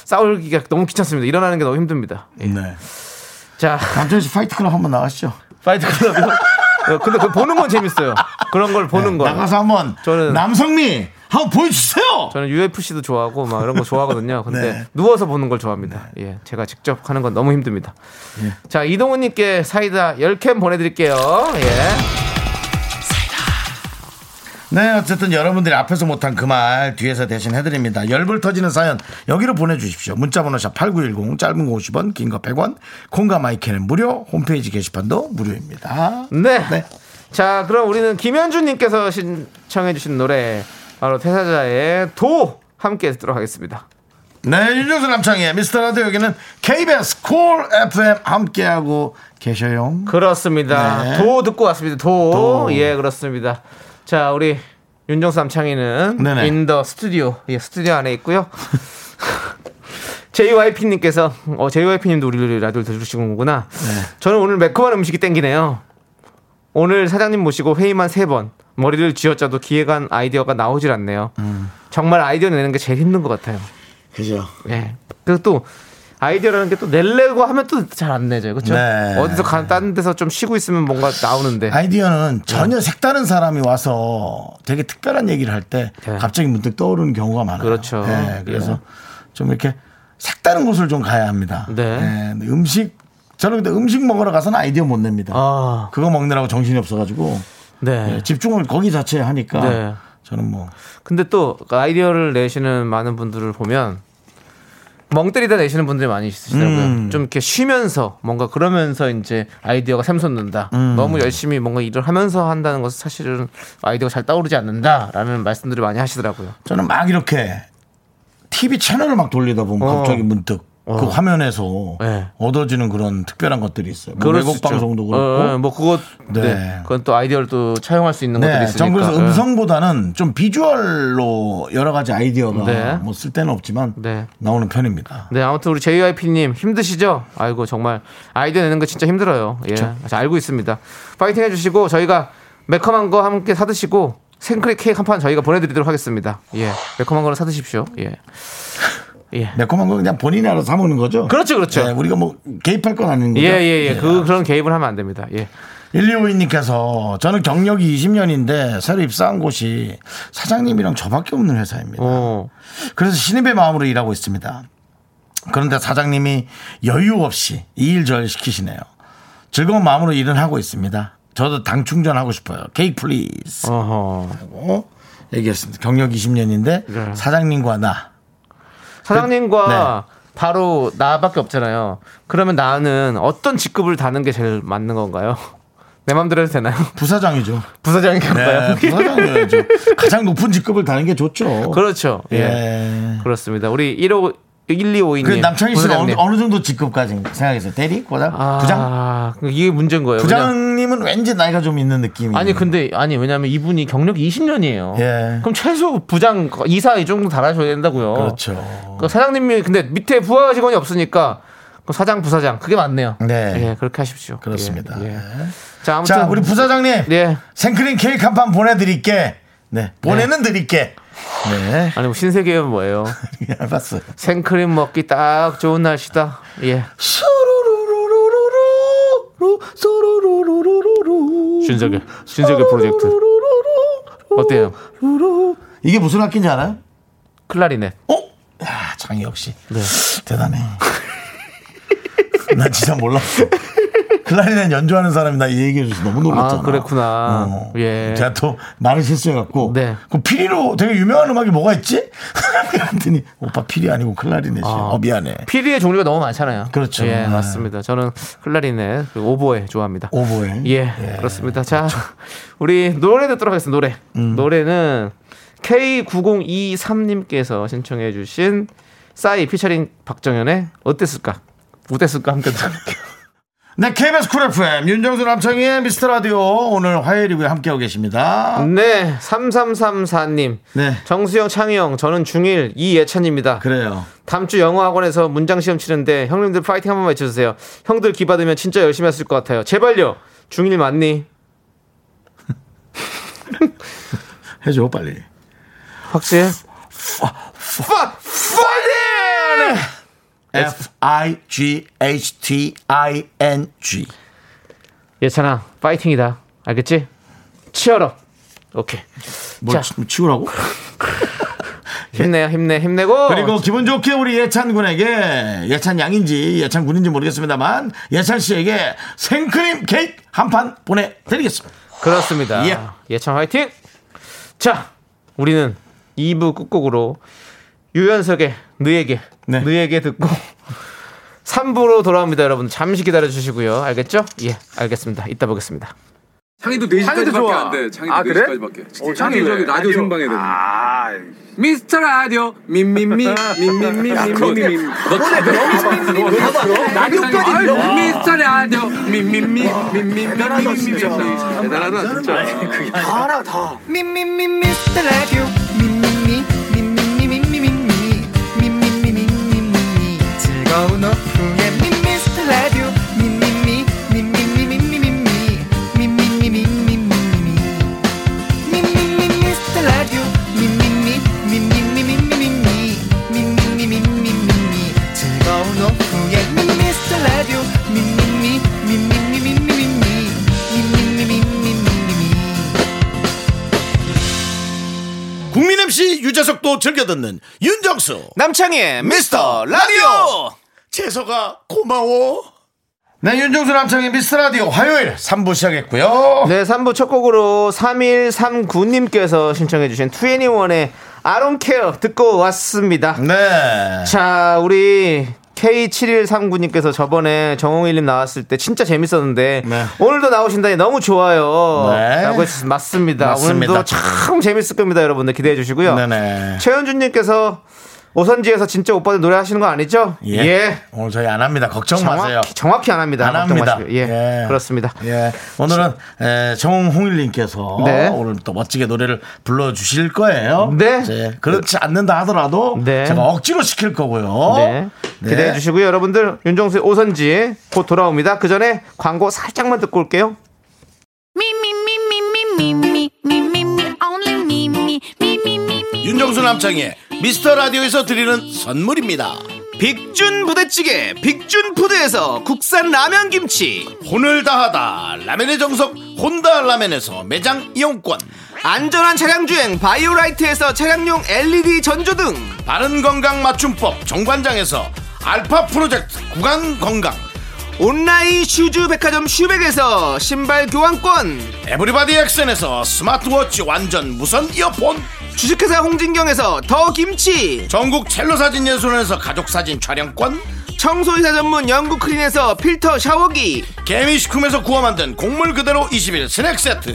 싸울기가 너무 귀찮습니다 일어나는 게 너무 힘듭니다 예.
네.
자
남준 씨 파이트 클럽 한번 나가시죠.
파이트 어, 클럽 근데 그 보는 건 재밌어요 그런 걸 보는 거
네, 나가서 한번
저는-
남성미 한번 보여주세요.
저는 UFC도 좋아하고 막 이런 거 좋아하거든요. 근데
네.
누워서 보는 걸 좋아합니다. 예, 제가 직접 하는 건 너무 힘듭니다.
예.
자, 이동훈님께 사이다 10캔 보내드릴게요. 예.
네, 어쨌든 여러분들이 앞에서 못한 그 말 뒤에서 대신 해드립니다. 열불 터지는 사연 여기로 보내주십시오. 문자번호 샵 8910, 짧은 거 50원, 긴 거 100원, 콩과 마이크는 무료, 홈페이지 게시판도 무료입니다.
네.
네.
자, 그럼 우리는 김현주님께서 신청해주신 노래, 바로 퇴사자의 도! 함께 듣도록 하겠습니다.
네, 윤정수 남창희의 미스터라디오 여기는 KBS 콜 FM 함께하고 계셔요.
그렇습니다.
네.
도 듣고 왔습니다. 도.
도.
예, 그렇습니다. 자, 우리 윤정수 남창희는
네네.
인더 스튜디오. 예, 스튜디오 안에 있고요. <laughs> JYP님께서, 어, JYP님도 우리 라디오를 들으시는 거구나.
네.
저는 오늘 매콤한 음식이 땡기네요. 오늘 사장님 모시고 회의만 세번 머리를 쥐어짜도 기획안 아이디어가 나오질 않네요. 정말 아이디어 내는 게 제일 힘든 것 같아요.
음. 그죠.
예. 그리고 또 아이디어라는 게 또 내려고 하면 또 잘 안 내져요. 그렇죠?
네.
어디서 간 다른 데서 좀 쉬고 있으면 뭔가 나오는데.
아이디어는
예.
전혀 색다른 사람이 와서 되게 특별한 얘기를 할 때
네.
갑자기 문득 떠오르는 경우가 많아요.
그렇죠.
예, 그래서 좀 이렇게 색다른 곳을 좀 가야 합니다.
네.
예, 근데 음식 저는 근데 음식 먹으러 가서는 아이디어 못 냅니다.
아.
그거 먹느라고 정신이 없어가지고
네.
예, 집중을 거기 자체에 하니까
네.
저는 뭐
근데 또 아이디어를 내시는 많은 분들을 보면 멍 때리다 내시는 분들이 많이 있으시더라고요.
음.
좀 이렇게 쉬면서 뭔가 그러면서 이제 아이디어가 샘솟는다.
음.
너무 열심히 뭔가 일을 하면서 한다는 것은 사실은 아이디어가 잘 떠오르지 않는다라는 말씀들을 많이 하시더라고요.
저는 막 이렇게 TV 채널을 막 돌리다 보면
어.
갑자기 문득 그 화면에서
네.
얻어지는 그런 특별한 것들이 있어요. 뭐
그럴
외국
수 있죠.
방송도 그렇고
어, 어, 뭐 그것 네.
네.
그건 또 아이디어를 또 차용할 수 있는 것들이
네,
있으니까.
전 그래서
예.
음성보다는 좀 비주얼로 여러 가지 아이디어가
네.
뭐 쓸 때는 없지만
네.
나오는 편입니다.
네, 아무튼 우리 JYP님 힘드시죠? 아이고 정말 아이디어 내는 거 진짜 힘들어요. 예, 자, 알고 있습니다. 파이팅 해주시고 저희가 매콤한 거 함께 사드시고 생크림 케이크 한 판 저희가 보내드리도록 하겠습니다. 예, 매콤한 거를 사드십시오. 예, 예,
매콤한 건 그냥 본인이 알아서 사먹는 거죠?
그렇죠, 그렇죠.
네, 우리가 뭐 개입할 건 아닌
예,
거죠? 네.
예, 예. 그 그런 개입을 하면 안 됩니다. 예,
1252님께서 저는 경력이 20년인데 새로 입사한 곳이 사장님이랑 저밖에 없는 회사입니다.
어,
그래서 신입의 마음으로 일하고 있습니다. 그런데 사장님이 여유 없이 이 일 저일 시키시네요. 즐거운 마음으로 일은 하고 있습니다. 저도 당 충전하고 싶어요. 케이크 플리즈.
어허.
고 얘기했습니다. 경력 20년인데
네.
사장님과 나.
사장님과 바로 나밖에 없잖아요. 그러면 나는 어떤 직급을 다는 게 제일 맞는 건가요? <laughs> 내 마음대로 해도 되나요?
부사장이죠.
부사장인 건가요?
네, 부사장이죠. 가장 높은 직급을 다는 게 좋죠.
그렇죠. 예.
예.
그렇습니다. 우리 1호 1252님. 아,
그 남창희 씨는 어느, 어느 정도 직급까지 생각했어요? 대리? 고장? 부장?
이게 문제인 거예요. 그냥.
부장님은 왠지 나이가 좀 있는 느낌이.
아니 근데 아니 왜냐면 이분이 경력이 20년이에요.
예.
그럼 최소 부장 이사 이 정도 달아줘야 된다고요.
그렇죠.
그 사장님이 근데 밑에 부하 직원이 없으니까 그 사장 부사장 그게 맞네요.
네.
예, 그렇게 하십시오.
그렇습니다. 네.
예, 예. 자 아무튼
자, 우리 부사장님.
예.
생크림 케이크 한 판 보내드릴게. 네. 보내는 드릴게. 네. <laughs>
아니 뭐 신세계는 뭐예요?
알았어요.
생크림 먹기 딱 좋은 날씨다. 예.
소로로로로로로 소로로로로로
신세계, 신세계 프로젝트. 어때요?
이게 무슨 악기인지 알아요?
클라리넷.
어? 야 장이 역시 <laughs> 대단해 나 진짜 몰랐어 클라리넷 연주하는 사람이 나 이 얘기해 줘서 너무 놀랐잖아
아, 그랬구나.
어.
예.
제가 또 말을 실수해갖고
네.
그 피리로 되게 유명한 음악이 뭐가 있지? <laughs> 그랬더니 오빠 피리 아니고 클라리넷이야 어 미안해
피리의 종류가 너무 많잖아요.
그렇죠.
예,
네.
맞습니다. 저는 클라리넷, 그리고 오보에 좋아합니다.
오보에 그렇죠.
예, 그렇습니다. 자, <laughs> 우리 노래 듣도록 하겠습니다. 노래.
음.
노래는 K9023님께서 신청해 주신 싸이 피처링 박정현의 어땠을까? 어땠을까? 함께
<laughs>
들을게요.
네, KBS 쿨 FM 윤정수 남창희의 미스터 라디오 오늘 화요일이고요 함께하고 계십니다.
네, 3334님.
네,
정수영, 창희영, 저는 중1 이예찬입니다.
그래요.
다음 주 영어 학원에서 문장 시험 치는데 형님들 파이팅 한번 외쳐주세요. 형들 기 받으면 진짜 열심히 했을 것 같아요. 제발요. 중일 맞니?
해줘 빨리.
확실해? 파, 파이팅!
F I G H T I N G.
예찬아, 파이팅이다. 알겠지? 치열업. 오케이.
뭘
자.
치- 치우라고?
힘내요, 힘내, 힘내고.
<laughs> 예. 그리고 기분 좋게 우리 예찬 군에게 예찬 양인지 예찬 군인지 모르겠습니다만 예찬 씨에게 생크림 케이크 한 판 보내드리겠습니다.
그렇습니다.
예.
예찬 화이팅! 자, 우리는 2부 끝곡으로 유연석의 너에게,
네.
너에게 듣고 3부로 돌아옵니다, 여러분. 잠시 기다려 주시고요. 알겠죠? 예, 알겠습니다. 이따 보겠습니다.
창의도 4시까지밖에 안 돼. 창의도 4시까지밖에. 어, 창의 저기 라디오 아, 생방에 되는. 미스터 라디오 민민미 민민미 민민미. 라디오까지 들어. 미스터 라디오 민민미 민민미 민민미. 대단하다 진짜.
국민 MC 유재석도 즐겨 듣는 윤정수
남창희의
미스터 라디오 재석아 고마워. 네 윤정수 남창의 미스터 라디오 화요일 3부 시작했고요.
네, 3부 첫 곡으로 3139님께서 신청해주신 21의 I don't care 듣고 왔습니다.
네.
자, 우리 K7139님께서 저번에 정홍일님 나왔을 때 진짜 재밌었는데
네.
오늘도 나오신다니 너무 좋아요.
네.
라고 해주셔서 맞습니다.
맞습니다.
오늘도 참 재밌을 겁니다. 여러분들 기대해 주시고요.
네네.
최현준님께서 오선지에서 진짜 오빠들 노래 하시는 거 아니죠?
예. 오늘 저희 안 합니다. 걱정 마세요.
정확히, 정확히 안 합니다.
안
걱정
합니다.
마시고요. 예. 그렇습니다.
예. 오늘은 에, 정홍일님께서
네.
오늘 또 멋지게 노래를 불러주실 거예요.
네.
이제 그렇지 않는다 하더라도
네.
제가 억지로 시킬 거고요.
네. 기대해 주시고요. 여러분들 윤종수의 오선지 곧 돌아옵니다. 그 전에 광고 살짝만 듣고 올게요.
Me, me, me, me, me, me, me, me, me, me, only me, me, me, me, me, me.
윤정수 남창의 미스터 라디오에서 드리는 선물입니다.
빅준 부대찌개 빅준 푸드에서 국산 라면 김치
혼을 다하다 라멘의 정석 혼다 라멘에서 매장 이용권
안전한 차량 주행 바이오라이트에서 차량용 LED 전조등
바른 건강 맞춤법 정관장에서 알파 프로젝트 구간 건강
온라인 슈즈 백화점 슈백에서 신발 교환권
에브리바디 액션에서 스마트워치 완전 무선 이어폰
주식회사 홍진경에서 더 김치
전국 첼로 사진 예술원에서 가족 사진 촬영권
청소이사 전문 영국 크린에서 필터 샤워기
개미식품에서 구워 만든 곡물 그대로 21 스낵 세트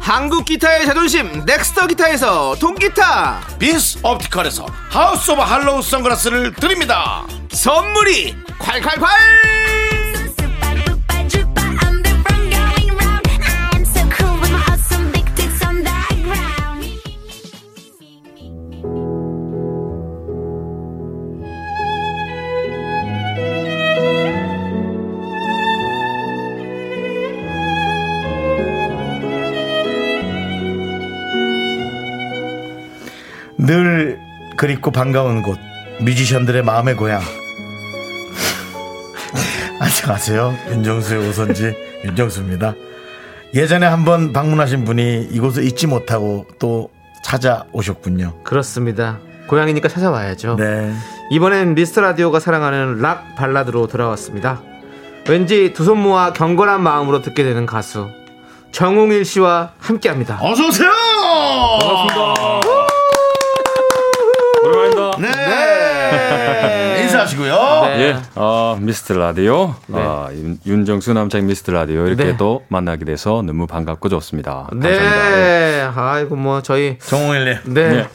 한국 기타의 자존심 넥스터 기타에서 통기타
빈스 옵티컬에서 하우스 오브 할로우 선글라스를 드립니다
선물이 콸콸콸
I'm the one going round. I'm so cool with my awesome big tits on the ground.
늘 그립고 반가운 곳 뮤지션들의 마음의 고향 <laughs> 안녕하세요 윤정수의 오선지 윤정수입니다 예전에 한번 방문하신 분이 이곳을 잊지 못하고 또 찾아오셨군요
그렇습니다 고양이니까 찾아와야죠
네
이번엔 미스터 라디오가 사랑하는 락 발라드로 돌아왔습니다 왠지 두 손 모아 경건한 마음으로 듣게 되는 가수 정홍일 씨와 함께합니다
어서오세요
오랜만입니다.
네. 인사하시고요
네.
예, 어, 미스터 라디오, 어, 윤, 윤정수 남창 미스터 라디오 이렇게
네.
또 만나게 돼서 너무 반갑고 좋습니다.
네.
감사합니다. 예.
아이고 뭐 저희
정홍일님
네
네.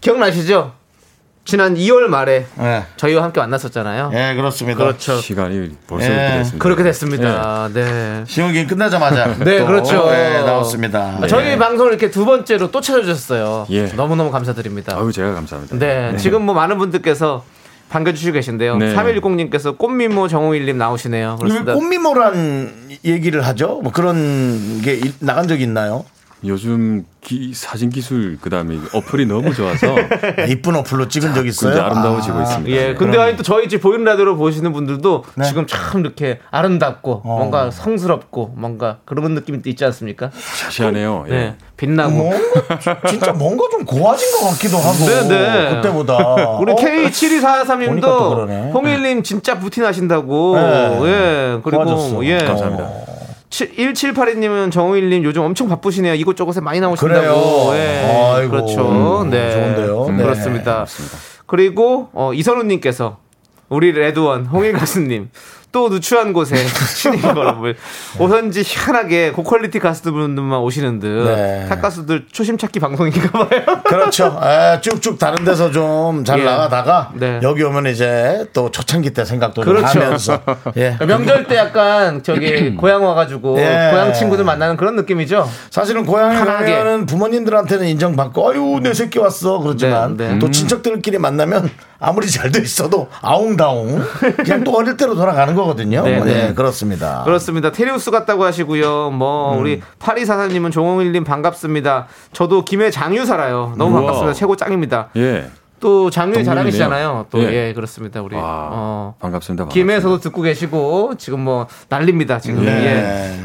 기억나시죠 지난 2월 말에
네.
저희와 함께 만났었잖아요
예, 그렇습니다.
그렇죠
시간이 벌써
예.
이렇게 됐습니다.
그렇게 됐습니다 네.
시험기 끝나자마자
<laughs> 네,
또,
그렇죠.
예, 나왔습니다.
아, 저희
예.
방송을 이렇게 두 번째로 또 찾아주셨어요.
예.
너무너무 감사드립니다.
아유, 제가 감사합니다.
네, 지금 뭐 많은 분들께서 반겨주시고 계신데요.
네.
3160님께서 꽃미모 정호일님 나오시네요.
왜
그렇습니다.
꽃미모란 얘기를 하죠? 뭐 그런 게 일- 나간 적이 있나요?
요즘 기, 사진 기술 그다음에 어플이 너무 좋아서
<laughs>
네.
이쁜 어플로 찍은 적 있어요?
이제 아름다워지고
아,
있습니다.
예, 근데 아니 또 저희 집 보이는 라디오로 보시는 분들도 지금 참 이렇게 아름답고 뭔가 성스럽고 뭔가 그런 느낌이 있지 않습니까?
자시하네요. 예.
네, 빛나고.
뭔가 좀- 진짜 뭔가 좀 고와진 것 같기도 하고
네, 네.
그때보다
<laughs> 우리
어? 보니까 또 그러네.
K7243님도 홍일님 진짜 부티나신다고.
네.
예, 그리고
좋아졌어.
예.
감사합니다.
1782님은 정우일님 요즘 엄청 바쁘시네요. 이곳저곳에 많이 나오신다고.
그래요.
예.
아이고,
그렇죠.
음,
네.
좋은데요. 네.
그렇습니다. 그리고 어, 이선우님께서 우리 레드원 홍일 가수님 또
<laughs>
누추한 곳에 신인 걸음을 오선지 희한하게 고퀄리티 가수들분들만 오시는 듯
네.
타 가수들 초심 찾기 방송인가 봐요.
그렇죠. 예, 쭉쭉 다른 데서 좀 잘
<laughs> 예.
나가다가
네.
여기 오면 이제 또 초창기 때 생각도 좀
그렇죠.
하면서 예.
명절 때 약간 저기
<clears throat>
고향 와가지고
예.
고향 친구들 만나는 그런 느낌이죠.
사실은 고향에
편하게.
가면은 부모님들한테는 인정받고 아유 내 새끼 왔어 그렇지만
네, 네.
또 친척들끼리 만나면 아무리 잘 돼 있어도 아웅다웅 그냥 또 어릴 때로 돌아가는 거거든요.
네,
네,
네.
그렇습니다.
그렇습니다. 테리우스 같다고 하시고요. 뭐
음.
우리 파리사사님은 종홍일님 반갑습니다. 저도 김해 장유 살아요. 너무
우와.
반갑습니다. 최고 짱입니다.
예.
또 장유의
동료이네요.
자랑이시잖아요. 또 예
예.
그렇습니다. 우리
아,
어,
반갑습니다. 반갑습니다.
김해에서도 듣고 계시고 지금 뭐 난립니다. 지금
네.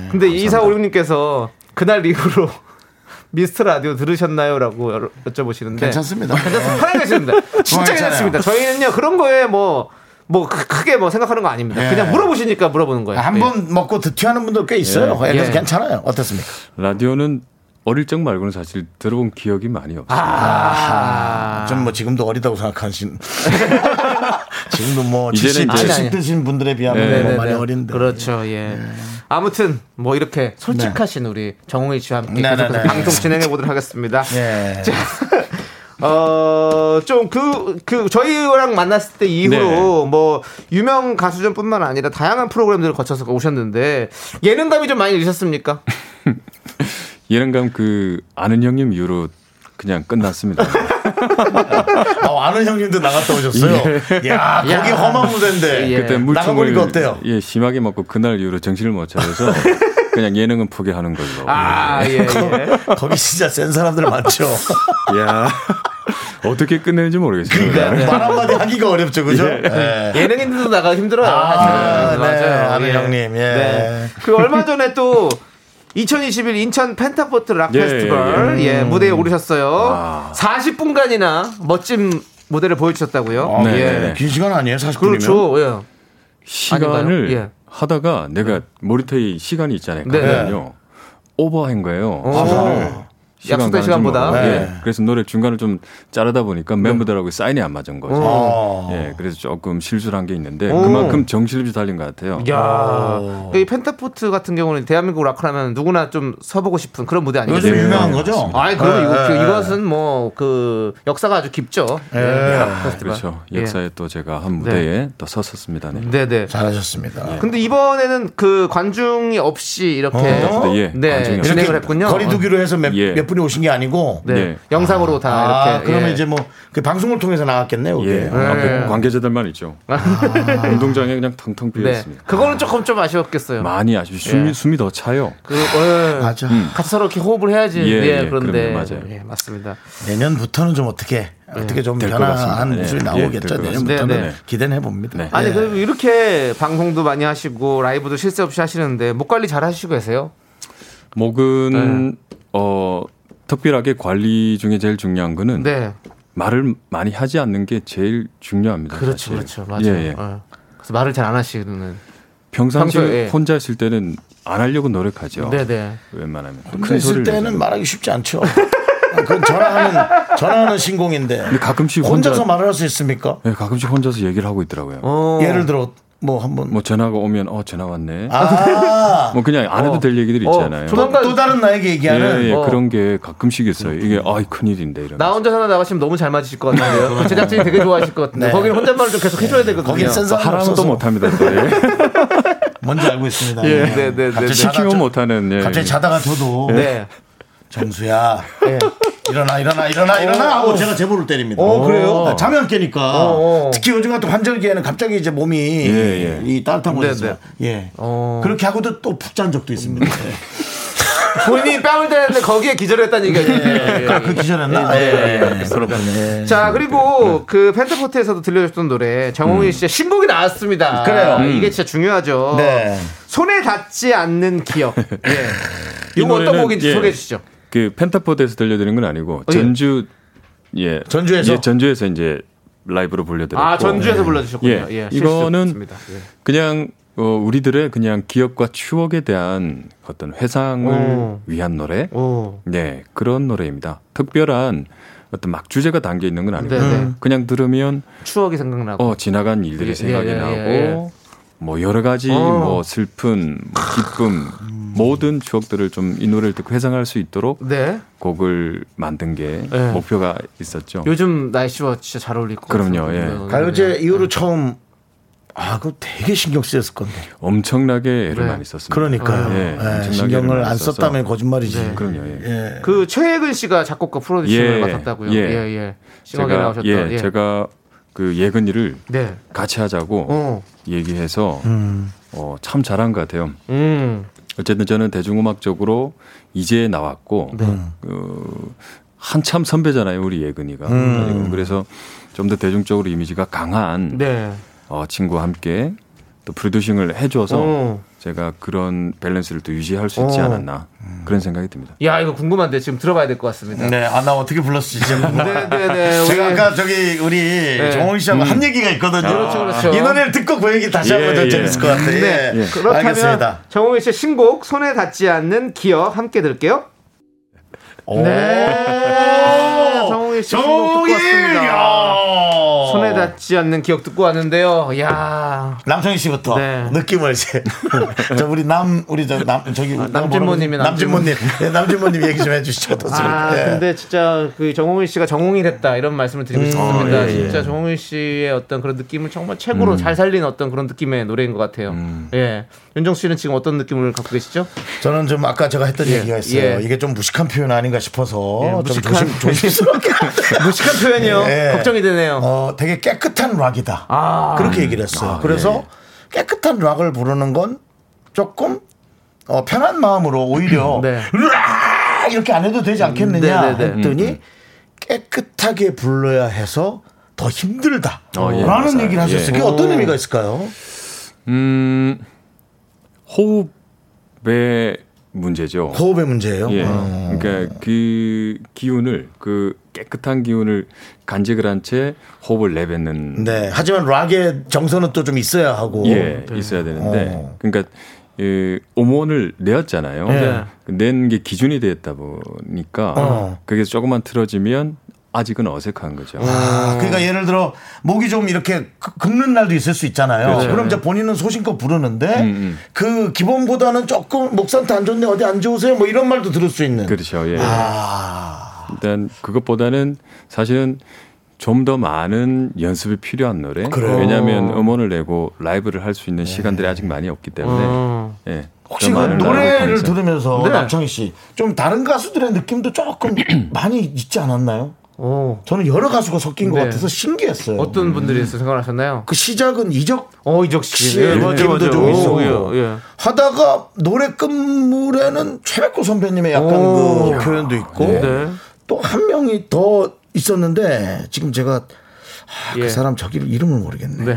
예. 근데 이사오육님께서 그날 이후로 <laughs> 미스터 라디오 들으셨나요라고 여러- 여쭤보시는데 어,
괜찮습니다.
네.
편하게 하십니다. 진짜 괜찮습니다. 저희는요 그런 거에 뭐. 뭐 크- 크게 뭐 생각하는 거 아닙니다.
예.
네.
그냥 물어보시니까 물어보는 거예요.
한
예.
번 먹고 드티하는 분들 꽤 있어요.
예.
그래서
예.
괜찮아요. 어떻습니까?
라디오는 어릴 적 말고는 사실 들어본 기억이 많이 없어요.
아.
저는 뭐 지금도 어리다고
<laughs>
생각하신 지금도 뭐
이제는
70,
이제-
70 드신 분들에 비하면
네,
뭐
네네네.
많이 어린데 네.
그렇죠. 예. 아무튼 뭐 이렇게 솔직하신 우리 정홍일 씨와
네,
함께 계속해서
네, 네.
방송 진행해
<laughs>
보도록 하겠습니다.
예.
어, 좀 그, 그, 저희랑 만났을 때
네,
이후로 뭐, 유명 가수전뿐만 아니라 다양한 프로그램들을 거쳐서 오셨는데, 예능감이 좀 많이
<laughs>
드셨습니까?
예능감 그 아는 형님 이후로 그냥 끝났습니다.
아, 아는 형님도 나갔다
<laughs>
오셨어요. 야, 거기
예. 야.
험한 무대인데.
예.
그때
나가보니까
물총을
어때요?
예, 심하게 맞고 그날 이후로 정신을 못 차려서 그냥 예능은 포기하는 걸로.
아, 예, 예.
<laughs> 거기 진짜 센 사람들
<laughs>
많죠.
예. 야 <laughs> 어떻게 끝내는지 모르겠어요.
그러니까
네,
말 한마디 하기가 어렵죠, 그죠? 예.
예능인들도 나가 힘들어요.
아,
사실은.
네, 아는 형님, 예.
그 얼마 전에 또 2021 인천 펜타포트 락
예, 음.
페스티벌 예, 무대에 오르셨어요.
아.
40분간이나 멋진 무대를 보여주셨다고요.
아,
네.
예. 긴 시간 아니에요, 40분이면?
그렇죠. 예.
시간을
예.
하다가 내가 모니터에 시간이 있잖아요.
네.
가면요 오버한 거예요.
아,
오.
시간을.
약속된
가는 줄
시간보다.
모르고.
네.
예. 그래서 노래 중간을 좀 자르다 보니까
네.
멤버들하고 사인이 안 맞은 거죠.
어.
예, 그래서 조금 실수를 한 게 있는데
오.
그만큼 정신없이 달린 것 같아요.
야, 예. 이 펜타포트 같은 경우는 대한민국 락하면 누구나 좀 서보고 싶은 그런 무대
요즘
아니겠어요?
유명한 거죠?
네. 아이 그럼
네.
예,
이거
예,
이것은 뭐 그 역사가 아주 깊죠.
예.
그렇죠. 역사에 또 제가 한 무대에 또 섰었습니다. 네.
네, 네.
잘하셨습니다.
근데 이번에는 그 관중이 없이 이렇게
어?
예,
네,
관중이 없이.
진행을
이렇게
했군요.
거리두기로 해서 몇,
예.
몇 분이 오신 게 아니고.
네,
예.
영상으로 다
아,
이렇게.
그러면
예. 음.
이제 뭐 그 방송을 통해서 나갔겠네요. 그게.
예. 앞에 관계자들만 있죠. <laughs> 운동장에 그냥 텅텅 빌려
아. 네,
있습니다.
그거는 조금 좀 아쉬웠겠어요.
많이 아쉽 숨이
예.
숨이 더 차요.
그, 예.
맞아.
같이 서로 이렇게 호흡을 해야지.
예,
예,
예,
그런데
그럼요, 맞아요.
예, 맞습니다.
내년부터는 좀 어떻게 어떻게 좀
될것
변화한
같습니다.
모습이
예, 예, 될것
나오겠죠.
같습니다.
내년부터는
네, 네.
기대는 해봅니다.
네.
아니
예.
그리고 이렇게 방송도 많이 하시고 라이브도 실수 없이 하시는데 목 관리 잘 하시고 계세요?
목은
네.
어 특별하게 관리 중에 제일 중요한 거는
네,
말을 많이 하지 않는 게 제일 중요합니다.
그렇죠,
사실.
그렇죠, 맞아요.
예, 예.
어. 그래서 말을 잘 안 하시는.
평상시에
평소에, 예.
혼자 있을 때는 안 하려고 노력하죠.
네, 네.
웬만하면 또
혼자
큰
있을
소리를
때는
내잖아요.
말하기 쉽지 않죠. 그건 전화하는 전화하는 신공인데
근데 가끔씩 혼자
혼자서 말을 할 수 있습니까?
예, 가끔씩 혼자서 얘기를 하고 있더라고요.
어.
예를 들어 뭐 한번
뭐 전화가 오면 어 전화 왔네.
아,
뭐 그냥 안 해도 될 얘기들
어,
있잖아요.
조만-
또 다른 나에게 얘기하는
예, 예,
어.
그런 게 가끔씩 있어요. 이게
음.
아이 큰일인데 이런.
나 혼자 하나 나가시면 너무 잘 맞으실 것 같아요. 그 제작진이 되게 좋아하실 것 같은데
네.
거기는 혼잣말을 좀 계속 해줘야 되거든요.
거기는 센 사람
하라면 또
없어서
못합니다. 또. 예.
뭔지 알고 있습니다.
예. 네, 네,
<laughs>
네,
갑자기
네.
자다,
<laughs> 시키면 못하는. 예.
갑자기 자다가 저도
네.
정수야
예.
일어나 일어나 일어나 일어나 하고 제가 제보를 때립니다.
어, 그래요?
네, 잠이 안 깨니까
어, 어.
특히 요즘 같은 환절기에는 갑자기 이제 몸이
예, 예.
이 따뜻한 곳에서
네.
예
어.
그렇게 하고도 또 푹 잔 적도 있습니다.
본인이 뺨을 때렸는데 거기에 기절했다는 얘기 아니에요?
아, 그 기절했나?
예, 예, 예.
그렇군요.
네,
예.
자 그리고 그 펜트포트에서도 들려줬던 노래
음.
정홍일 씨의 신곡이 나왔습니다. 아,
그래요. 음.
이게 진짜 중요하죠.
네.
손에 닿지 않는
<laughs>
기억. 예.
이
이거 어떤
노래는,
곡인지
예.
소개해 주시죠.
그 펜타포드에서 들려드리는 건 아니고
예.
전주 예
어, 전주에서?
예, 전주에서 이제 라이브로 불려드렸고
아 전주에서 불러주셨군요.
네. 예.
예,
이거는
실수였습니다. 예.
그냥 어, 우리들의 그냥 기억과 추억에 대한 어떤 회상을
오.
위한 노래
어. 오.
네 그런 노래입니다. 특별한 어떤 막 주제가 담겨 있는 건 아니고
네, 네.
그냥 들으면
추억이 생각나고.
어 지나간 일들이
예,
생각이
예, 예,
나고
예.
뭐 여러 가지
어.
뭐 슬픈 뭐 기쁨 모든 추억들을 좀 이 노래를 듣고 회상할 수 있도록
네.
어. 곡을 만든 게
네.
목표가 있었죠.
요즘 날씨와 진짜 잘 어울릴 것
그럼요,
같아요.
예.
네, 오늘.
가요제 그러니까 이후로 처음 아, 그거 되게 신경 쓰였을 건데.
엄청나게 애를
네.
많이 썼습니다.
그러니까요.
아,
예,
예,
엄청나게
신경을
많이
안
써서.
썼다면 거짓말이지.
네.
그럼요. 예.
예.
그 최혜근 씨가 작곡과 프로듀싱을
예,
맡았다고요.
예.
예, 예. 싱어게 나오셨던.
예, 제가 그 예근이를
네.
같이 하자고
어.
얘기해서 어, 참 잘한 것 같아요.
음.
어쨌든 저는 대중음악적으로 이제 나왔고
네.
그, 한참 선배잖아요, 우리 예근이가. 예근. 그래서 좀 더 대중적으로 이미지가 강한
음. 네.
어, 친구와 함께 또 프로듀싱을 해줘서
어.
제가 그런 밸런스를 또 유지할 수 있지
어.
않았나 그런 생각이 듭니다.
야, 이거 궁금한데 지금 들어봐야 될 것 같습니다.
네, 아, 나 어떻게 불렀지, 이제.
<laughs> 네, 네,
<laughs> 제가
네. 우리- 네. 음.
아까 저기 우리 정홍희 씨하고 한 얘기가 있거든요.
그렇죠, 그렇죠.
이 노래를 듣고 그 얘기 다시 한번
예,
더
예.
재밌을 것 같아요.
네.
예.
그렇다면
알겠습니다.
정홍일 씨의 신곡 손에 닿지 않는 기억 함께 들게요.
오.
네. 정홍일 씨 신곡 듣고
정홍일! 야.
왔습니다.
어.
손에 닿지 않는 기억 듣고 왔는데요. 야.
남성희 씨부터
네.
느낌을 이제 <laughs> 저 우리 남 우리 저 남 저기
아, 남진모님이
남진모님 네, 남진모님 얘기 좀 해주시죠. 어떻습니까?
아,
예.
근데 진짜 그 정홍일 씨가 정홍일 했다 이런 말씀을 드리고 싶습니다.
어, 예, 음. 예.
진짜 정홍일 씨의 어떤 그런 느낌을 정말 최고로 잘 살린 어떤 그런 느낌의 노래인 것 같아요.
음.
예. 윤정수 씨는 지금 어떤 느낌을 갖고 계시죠? <laughs>
저는 좀 아까 제가 했던
예,
얘기가 있어요.
예.
이게 좀 무식한 표현 아닌가 싶어서
예,
좀
무식한
조심 조심스럽게.
무식한 표현이요.
예.
<laughs> 걱정이 되네요.
어, 되게 깨끗한 락이다.
아.
그렇게 얘기를 했어요.
예,
그래서 깨끗한 락을 부르는 건 조금 어, 편한 마음으로 오히려
네.
으아! 이렇게 안 해도 되지 않겠느냐
네,
음,
네, 네.
했더니 깨끗하게 불러야 해서 더 힘들다.
어, 예,
라는
맞아요.
얘기를 하셨어요.
예.
그게 어떤 의미가 있을까요?
음, 호흡의 문제죠.
호흡의 문제예요.
예.
어.
그러니까 그 기운을 그 깨끗한 기운을 간직을 한 채 호흡을 내뱉는
네. 하지만 락의 정서는 또 좀 있어야 하고.
예, 있어야 되는데
네. 어.
그러니까 이 오몬을 내었잖아요. 그
네.
낸 게 기준이 되었다 보니까
어.
그게 조금만 틀어지면 아직은 어색한 거죠.
아, 그러니까 예를 들어 목이 좀 이렇게 긁- 긁는 날도 있을 수 있잖아요. 그럼 이제 본인은 소신껏 부르는데 그 기본보다는 조금 목 상태 안 좋네 어디 안 좋으세요 뭐 이런 말도 들을 수 있는.
그렇죠. 예.
아,
일단 그것보다는 사실은 좀 더 많은 연습이 필요한 노래.
그래요.
왜냐하면 음원을 내고 라이브를 할 수 있는 시간들이 아직 많이 없기 때문에.
어.
예.
혹시
더
그
많은 라이브
노래를
통해서.
들으면서
네.
남창희 씨 좀 다른 가수들의 느낌도 조금 <clears throat> 많이 있지 않았나요?
오.
저는 여러 가수가 섞인
네.
것 같아서 신기했어요.
어떤 분들이 생각하셨나요?
그 시작은 이적
어 이적 씨,
씨의 느낌도 좀 있었고
오, 예, 예.
하다가 노래 끝물에는 최백호 선배님의 약간
오.
그 표현도 있고
네.
또 한 명이 더 있었는데 지금 제가 아,
예.
그 사람 저기 이름을 모르겠네.
네.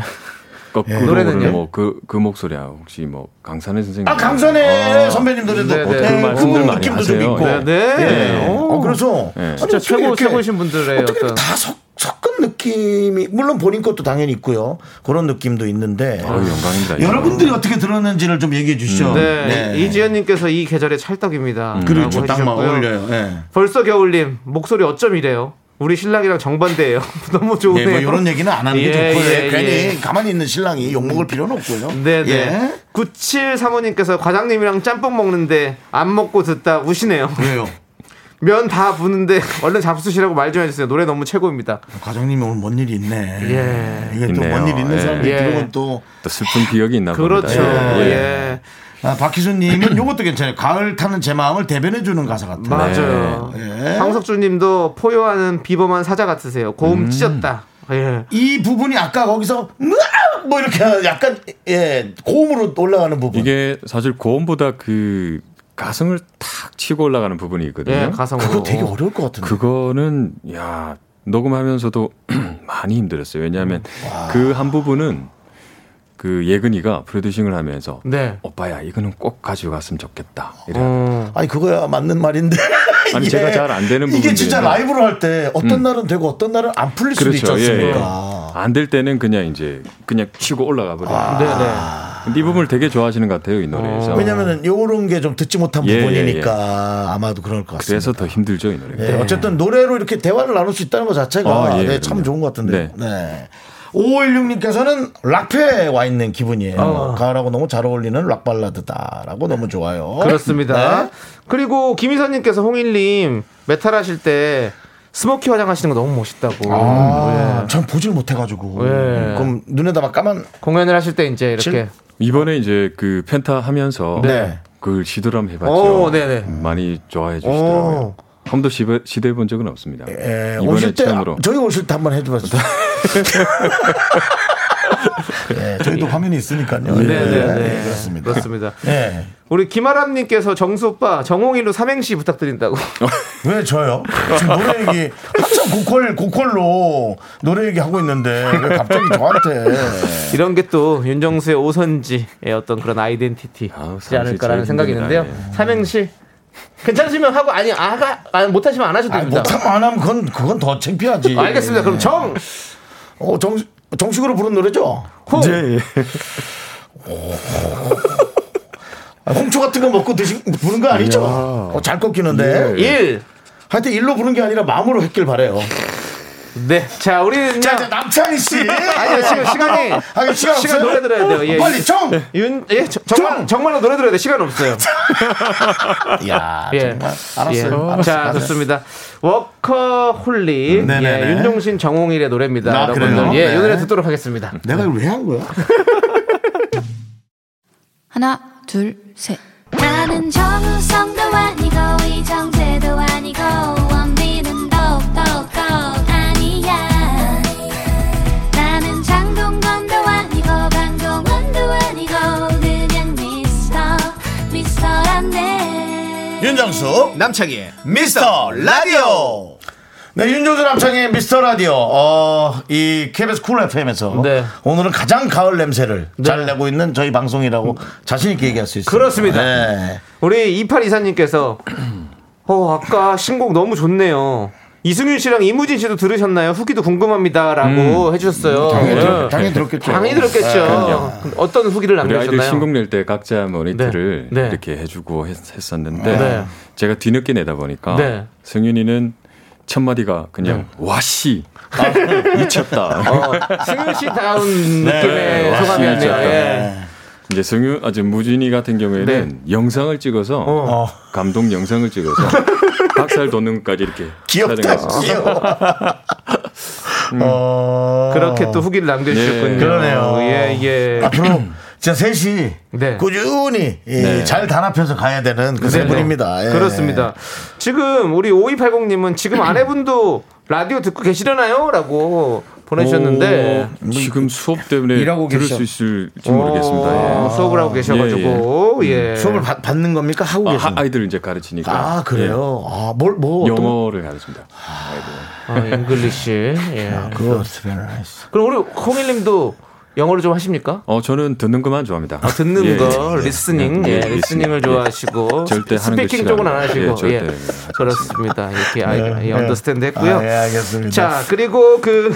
거꾸로
노래는요?
뭐그 그 목소리야 혹시 뭐 강산의 선생님
아 강산의
아,
선배님 들도
네, 네.
네,
그
말씀들
그
많이
느낌도 좀
하세요.
있고.
네, 네.
예.
오.
어, 그래서
예.
아니,
진짜
어떻게
최고
이렇게
최고신 분들의
어떻게 이렇게
어떤
다 섞, 은 느낌이 물론 본인 것도 당연히 있고요. 그런 느낌도 있는데
아유, 영광입니다.
네. 여러분들이 어떻게 들었는지를 좀 얘기해 주시죠.
예. 네, 이지연님께서 이 계절의 찰떡입니다.
그렇죠.
라고
딱 막
해주셨고요.
어울려요. 예.
벌써 겨울님 목소리 어쩜 이래요? 우리 신랑이랑 정반대예요. <laughs> 너무 좋네요.
예, 뭐 이런 얘기는 안 하는 게
예,
좋고요.
예,
괜히
예.
가만히 있는 신랑이 욕먹을 필요는 없고요.
네네.
예.
9735님께서 과장님이랑 짬뽕 먹는데 안 먹고 듣다 우시네요. <laughs>
왜요?
면 다 부는데 얼른 잡수시라고 말 좀 해주세요. 노래 너무 최고입니다.
과장님이 오늘 뭔 일이 있네.
예.
이게 또
있네요.
뭔 일 있는
예.
사람이
예.
들으면 또
또 슬픈 기억이 있나 봅니다.
그렇죠.
네.
예.
예.
아, 박희수님은 이것도 괜찮아요. 가을 타는 제 마음을 대변해 주는 가사 같아요.
맞아요.
예.
황석주님도 포효하는 비범한 사자 같으세요. 고음 찢었다. 예.
이 부분이 아까 거기서 뭐 으아! 뭐 이렇게 약간 예 고음으로 올라가는 부분.
이게 사실 고음보다 그 가성을 탁 치고 올라가는 부분이 있거든요.
예, 가성으로.
네. 그거 되게 어려울 것 같은데.
그거는 야 녹음하면서도 <clears throat> 많이 힘들었어요. 왜냐하면 그 한 부분은 그 예근이가 프로듀싱을 하면서
네.
오빠야 이거는 꼭 가져갔으면 좋겠다. 이래.
어.
아니 그거야 맞는 말인데.
아니,
이게-
제가 잘안 되는
이게 진짜
부분들이나.
라이브로 할 때 어떤 날은 되고 어떤 날은 안 풀릴 수도 있지
그렇죠. 예, 예.
않습니까?
안 될 때는 그냥 이제 그냥 치고 올라가 버려.
아.
요
네, 네.
근데 이 부분을 되게 좋아하시는 것 같아요 이 노래에서.
어.
왜냐면은 요런 게 좀 듣지 못한
예, 예,
부분이니까 아마도 그럴 것 같습니다.
그래서 더 힘들죠 이 노래가.
네, 어쨌든 노래로 이렇게 대화를 나눌 수 있다는 것 자체가
아, 예,
네, 참
그럼요.
좋은 것 같은데.
네.
네. 516님께서는 락페에 와 있는 기분이에요. 가을하고 너무 잘 어울리는 락발라드다라고 너무 좋아요.
그렇습니다.
어? 네.
그리고 김희선님께서 홍일님 메탈 하실 때 스모키 화장하시는 거 너무 멋있다고.
아,
예.
전 보질 못해가지고.
예.
그럼 눈에다 막 까만.
공연을 하실 때 이제 이렇게
이번에 이제 그 펜타 하면서
네.
그걸 시도를 한번 해봤죠. 음,
오, 네네.
많이 좋아해 주시더라고요.
오.
한번도 시도- 시도해본 적은 없습니다.
예,
이번에
오실 때
처음으로.
아, 저희 오실 때 한번 해줘봤어요. 예, 저희도 화면이 있으니까요. 네,
네.
그렇습니다.
그렇습니다.
예.
우리 김아람님께서 정수 오빠 정홍일로 삼행시 부탁드린다고.
네. 왜 저요? 지금 노래 얘기 한참 고퀄 고퀄로 노래 얘기 하고 있는데 왜 갑자기 저한테
이런 게 또 윤정수의 오선지의 어떤 그런 아이덴티티
아우,
지 않을까라는
삼행시
생각이
재밌습니다.
있는데요.
예.
삼행시 괜찮으시면 하고 아니 아가 아, 못하시면 안 하셔도
아니,
됩니다.
못하면 안 하면 그건 그건 더 창피하지.
알겠습니다. 그럼 정
어, 정 정식으로 부른 노래죠?
홍.
아, 홍초 같은 거 먹고 드신 부른 거 아니죠? 어, 잘 꺾이는데.
일.
하여튼 일로 부른 게 아니라 마음으로 했길 바래요.
네. 자, 우리는
자 이제
그냥
남창희 씨.
<laughs> 아니요, 지금 시간이
아니, 시간
시간
없어요?
노래 들어야 돼요. 예.
빨리 정.
윤, 예, 저- 정말,
정!
정말로 노래 들어야 돼. 시간 없어요.
야
예.
정말 알았어요.
예.
알았어요.
자,
알았어요.
좋습니다. 워커홀릭.
네, 네,
예,
네.
윤종신 정홍일의 노래입니다.
아,
여러분들.
그래요?
예,
네.
이 노래 듣도록 하겠습니다.
내가 이걸 왜 한 거야?
하나, 둘, 셋.
나는 정우성도 아니고 이정재도 아니고 원빈은 더욱더 아니야 나는 장동건도 아니고 강동원도 아니고 그냥 미스터 미스터란데
윤정수 남창희의 미스터 라디오 네, 윤정수 남창희의 미스터 라디오 어, 이 KBS 쿨 FM에서
네.
오늘은 가장 가을 냄새를 잘 내고 있는 저희 방송이라고 자신 있게 얘기할 수 있습니다
그렇습니다.
네.
우리 2824님께서, <clears throat> 어, 아까 신곡 너무 좋네요. 이승윤 씨랑 이무진 씨도 들으셨나요? 후기도 궁금합니다. 라고 해주셨어요.
음. 당연히, 들-
예.
당연히 들었겠죠 네,
당연히 들었겠죠. 근데 어떤 후기를
우리 아이들
남겨주셨나요?
신곡 낼 때 각자 모니터를
네. 네.
이렇게 해주고 했, 었는데
네.
제가 뒤늦게 내다 보니까
네.
승윤이는 첫 마디가 그냥 와씨 미쳤다.
어, 승윤 씨
<laughs>
다운
네,
느낌의
맞습니다.
소감이었네요. 예.
네.
이제 승윤 아주 무진이 같은 경우에는 영상을 찍어서
어.
감동
<laughs>
영상을 찍어서 박살 돋는 것까지 이렇게
귀엽다
촬영해서
귀여워 어...
그렇게 또 후기를 남겨주셨군요.
예.
그러네요. 아,
예, 예.
앞으로 진짜 셋이
네.
꾸준히 이
네.
잘 단합해서 가야 되는
네,
그세
네.
분입니다 예.
그렇습니다. 지금 우리 5280님은 지금 아내분도 라디오 듣고 계시려나요? 라고 보내주셨는데. 그
오, 지금 수업 때문에
일하고
들을
계셔.
수 있을지 모르겠습니다. 예.
어, 수업을 하고 계셔가지고. 예.
수업을 받, 받는 겁니까? 하고
아,
계신
하-
거
아이들을 이제 가르치니까
아 그래요?
네.
아 뭘 뭐
예.
어떤
영어를 가르칩니다.
아, 잉글리시. 예.
아, 그거 very nice.
그럼 우리 홍일님도 영어를 좀 하십니까?
어 저는 듣는 것만 좋아합니다.
아, 듣는
예,
거, 리스닝,
예,
예,
리스닝.
리스닝을
예.
좋아하시고
절대 하는 게
스피킹
싫어요.
쪽은 안 하시고
예, 절대.
예, 그렇습니다. 이렇게 아이가
네.
예, 언더스탠드 했고요.
아, 예, 알겠습니다.
자 그리고 그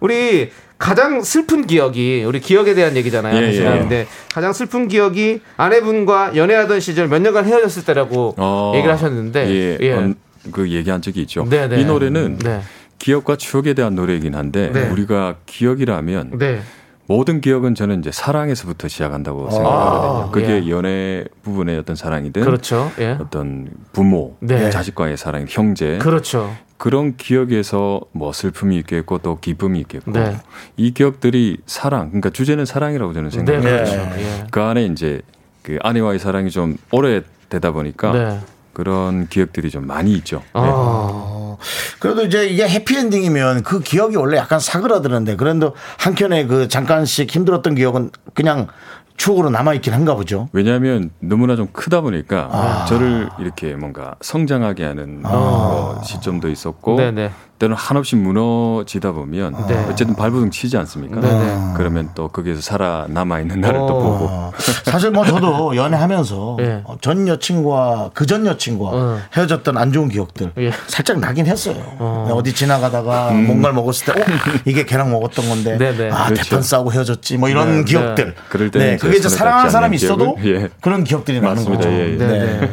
우리 가장 슬픈 기억이 우리 기억에 대한 얘기잖아요.
예,
사실은.
예.
근데 가장 슬픈 기억이 아내분과 연애하던 시절 몇 년간 헤어졌을 때라고
어,
얘기를 하셨는데
예,
예.
음, 그 얘기한 적이 있죠.
네, 네.
이 노래는
네.
기억과 추억에 대한 노래이긴 한데
네.
우리가 기억이라면
네.
모든 기억은 저는 이제 사랑에서부터 시작한다고 생각하거든요. 그게 연애 부분의 어떤 사랑이든
아, 예. 그렇죠. 예.
어떤 부모,
네.
자식과의 사랑, 형제
그렇죠.
그런 기억에서 뭐 슬픔이 있겠고 또 기쁨이 있겠고
네.
이 기억들이 사랑 그러니까 주제는 사랑이라고 저는
네,
생각해요.
그렇죠. 예.
그 안에 이제 그 아내와의 사랑이 좀 오래 되다 보니까
네.
그런 기억들이 좀 많이 있죠. 네.
아,
그래도 이제 이게 해피엔딩이면 그 기억이 원래 약간 사그라드는데 그래도 한켠에 그 잠깐씩 힘들었던 기억은 그냥 추억으로 남아있긴 한가 보죠.
왜냐하면 너무나 좀 크다 보니까
아.
저를 이렇게 뭔가 성장하게 하는 뭐
아.
시점도 있었고
네네.
때로는 한없이 무너지다 보면
네.
어쨌든 발부둥 치지 않습니까?
네네.
그러면 또 거기에서 살아남아 있는 나를 또
어.
보고
어, 사실 뭐
<laughs>
저도 연애하면서
예.
어, 전 여친과 그 전 여친과
어.
헤어졌던 안 좋은 기억들
예. 음.
살짝 나긴 했어요. 어. 디 지나가다가 뭔가를 먹었을 때 어, 이게 걔랑 먹었던 건데
네네.
아
그렇죠.
대판 싸우고 헤어졌지 뭐 이런
네,
기억들.
네.
그럴 때는
네,
이제
그게 이제
손에
사랑하는
닿지 않는
사람이 있어도
기억은? 예.
그런 기억들이 나는
맞습니다.
거죠.
예, 예.
네.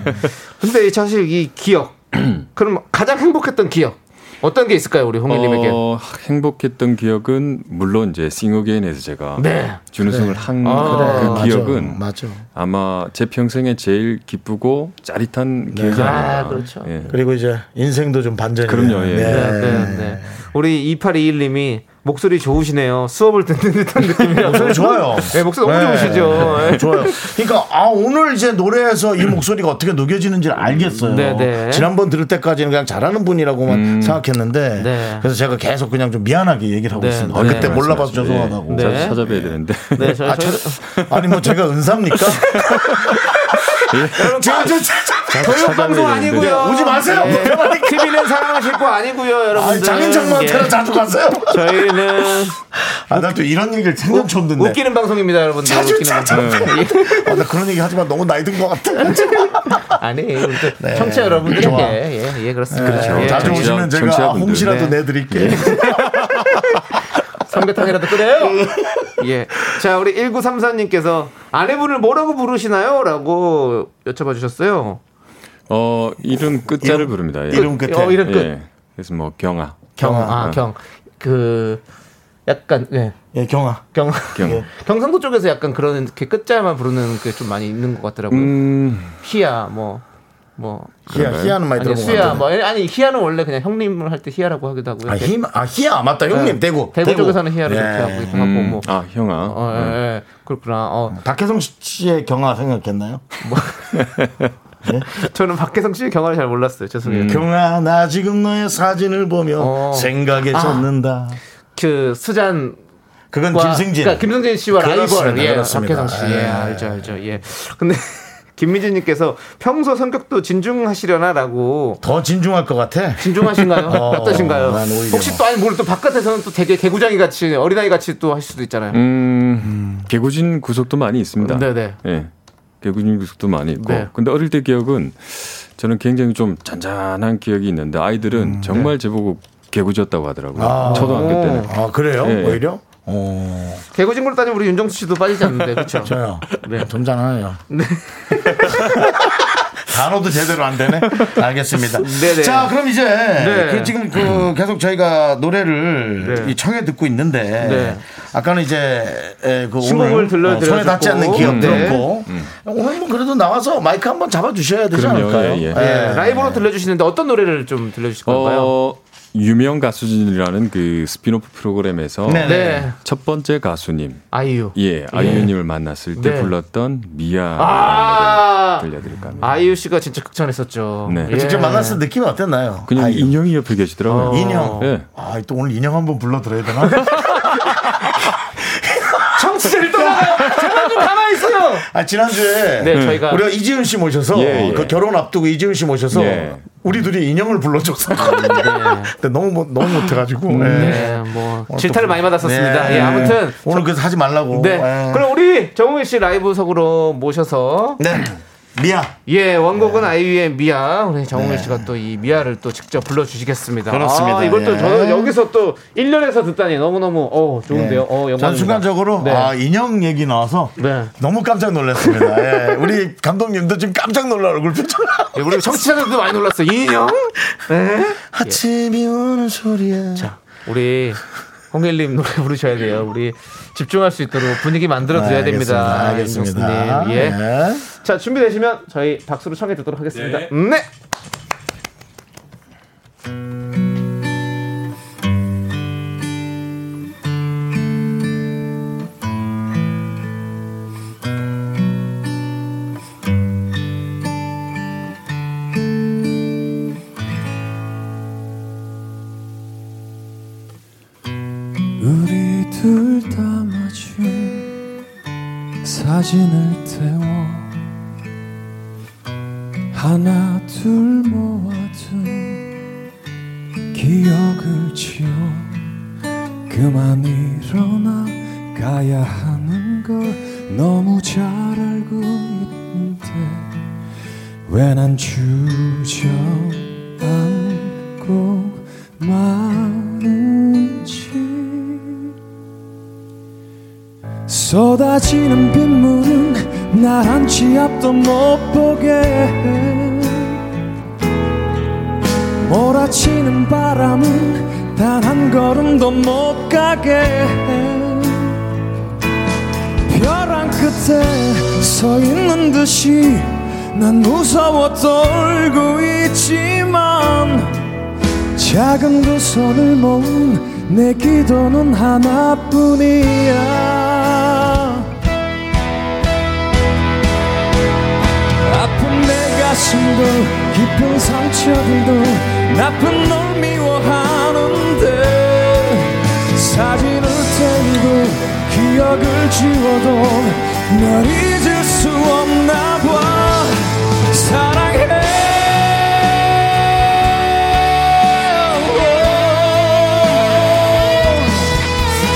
근데 이 사실 이
<clears throat>
기억 그럼 가장 행복했던 기억 어떤 게 있을까요 우리 홍일님에게?
어, 행복했던 기억은 물론 이제 싱어게인에서 제가
네.
준우승을 한 그
아, 그래.
기억은
맞아. 맞아.
아마 제 평생에 제일 기쁘고
네.
짜릿한 기억이 아닌가.
아, 그렇죠.
예.
그리고 이제 인생도 좀 반전이.
그럼요, 예.
네, 네, 네. 우리 2821님이 목소리 좋으시네요. 수업을 듣는 듯한 느낌이라고.
목소리 좋아요.
네, 목소리 너무
네.
좋으시죠. 네. 음.
좋아요. 그러니까 아 오늘 이제 노래에서 이 목소리가 어떻게 녹여지는지 를 알겠어요.
네, 네.
지난번 들을 때까지는 그냥 잘하는 분이라고만 생각했는데
네.
그래서 제가 계속 그냥 좀 미안하게 얘기를 하고
네,
있습니다.
네.
그때 몰라봐서 죄송하다고.
네.
자주 찾아뵈야 되는데.
네, 저,
아,
저,
니뭐 제가 은사입니까?
<laughs>
예. 제가 저, 저, 저,
교육 방송 네. 아니고요.
오지 마세요. 네.
TV는 사랑하실 거 아니고요,
아,
여러분들.
장인장모한테는 자주 가세요.
예. 네. 저희는
아, 나 또 이런 얘기를 생전 처음 듣네.
웃기는 방송입니다, 여러분들.
자주
웃기는
자주.
방송. 네.
아, 나 그런 얘기 하지만 너무 나이 든 것
<laughs>
같아.
그렇죠. 아니, 우리 또
네.
청취자 여러분들에게
좋아.
예, 예, 그렇습니다.
네,
예.
자주
정치자-
오시면 제가
정치자분들.
홍시라도
네.
내드릴게. 요
삼계탕이라도 끓여요. <laughs> 예. 자, 우리 1934님께서 아내분을 뭐라고 부르시나요? 라고 여쭤봐 주셨어요.
<laughs> 어, 이름 끝자를 부릅니다. 예.
이름 끝에.
어, 이름 끝.
예. 그래서 뭐 경아,
경, 아, 경. 그, 약간, 예.
예, 경아.
경,
경.
예.
<laughs> 경상도 쪽에서 약간 그런 이렇게 끝자만 부르는 게 좀 많이 있는 것 같더라고요.
음,
희야, 뭐, 뭐.
희야, 희야는 많이
아니,
네, 들어본 것
수야,
같아요.
뭐. 아니, 희야는 원래 그냥 형님을 할 때 희야라고 하기도 하고요.
아,
이렇게.
희, 아, 희야, 맞다. 형님,
예.
대구. 음.
대구 쪽에서는 희야를 이렇게 하고 이렇게 하고 뭐.
아 형아.
어, 예, 예. 그렇구나. 어,
박혜성 씨의 경아 생각했나요?
저는 박혜성 씨의 경화를 잘 몰랐어요. 죄송해요.
경아, 나 지금 너의 사진을 보며
어.
생각에
아.
젖는다.
그 수잔
그건 김승진.
그러니까 김승진 씨와
그렇습니다.
라이벌 예,
그렇습니다.
박혜성 씨. 예,
예.
알죠, 알죠. 예. 근데 <laughs> 김미진 님께서 평소 성격도 진중하시려나라고
더 진중할 것 같아.
진중하신가요?
<laughs> 어,
어떠신가요?
난 오히려
혹시 또 아니 모르 또 바깥에서는 또 되게 개구장이 같이 어린아이 같이 또 할 수도 있잖아요.
음,
음, 개구진 구석도 많이 있습니다.
네네.
예. 개구진 구석도 많이 있고.
네.
근데 어릴 때 기억은 저는 굉장히 좀 잔잔한 기억이 있는데 아이들은 정말 제보고 개구졌다고 하더라고요.
아.
초등학교 때는.
아, 그래요?
예.
오히려? 어,
개구진 걸로 따지면 우리 윤정수 씨도 빠지지
<laughs>
않는데 그렇죠. <laughs>
저요. 점잖아요.
네.
<laughs> 단어도 제대로 안 되네. 알겠습니다.
<laughs> 네네.
자, 그럼 이제
네.
그 지금 그 계속 저희가 노래를
네.
이 청해 듣고 있는데
네.
아까는 이제 에, 그
신곡을
오늘
들려
어, 손에 닿지
드려주고.
않는 기억
음.
들었고 오늘은 그래도 나와서 마이크 한번 잡아 주셔야 되지
그럼요.
않을까요?
예, 예.
예,
네.
라이브로 들려주시는데 어떤 노래를 좀 들려주실 건가요?
어, 유명 가수진이라는 그 스피노프 프로그램에서
네.
네,
첫 번째 가수님
아이유.
예 아이유님을 만났을 때
네.
불렀던 미야라는
아,
노래를 들려드릴까 합니다.
아이유 씨가 진짜 극찬했었죠. 예.
네.
직접 만났을 때 느낌이 어땠나요?
그냥
아,
인형이 옆에 계시더라고요.
어. 인형.
예.
아, 또 오늘 인형 한번 불러 드려야 되나?
<laughs> 청취자를 떠나가요. 제발 좀 가만히 있어요.
아, 지난주에
네, 저희가
우리가 이지은 씨 모셔서
예, 예.
그 결혼 앞두고 이지은 씨 모셔서
예.
우리 둘이 인형을 불러줬었거든요. <laughs> 근데 너무 못- 너무 못해가지고 예.
아, 네, 뭐 질타를 많이 받았었습니다.
네.
예, 아무튼
오늘 그래서 하지 말라고.
네.
예.
그럼 우리 정우일 씨 라이브석으로 모셔서
네. 미야.
예,
네.
원곡은 아이유의 미아. 우리 정우일 씨가 또 이 미아를 또 직접 불러 주시겠습니다.
그렇습니다.
아, 이걸 또
예.
저는 여기서 또 1년에서 듣다니 너무너무 어, 좋은데요. 어, 영광입니다.
예. 전 순간적으로
네.
아, 인형 얘기 나와서
네.
너무 깜짝 놀랐습니다. 예. 우리 감독님도 지금 깜짝 놀라 얼굴 표정.
예, 우리 청취자들도 많이 놀랐어요. 인형? 네.
아침이 오는 소리야.
자, 우리 홍일님 노래 부르셔야 돼요. 우리 집중할 수 있도록 분위기 만들어 드려야 됩니다.
아, 네, 알겠습니다.
윤정수님. 예.
네.
자, 준비되시면 저희 박수로 청해 듣도록 하겠습니다. 네.
우리 둘 다 마주 사실 사진을 태워 하나 둘 모아둔 기억을 지워 그만 일어나 가야 하는 걸 너무 잘 알고 있는데 왜 난 주저앉고 마는지 쏟아지는 빗물은 날 한 치 앞도 못 보게 해 몰아치는 바람은 단 한 걸음도 못 가게 해 벼랑 끝에 서 있는 듯이 난 무서워 떨고 있지만 작은 두 손을 모은 내 기도는 하나뿐이야 아픈 내 가슴도 깊은 상처들도 나쁜 놈 미워하는데 사진을 떼고 기억을 지워도 널 잊을 수 없나 봐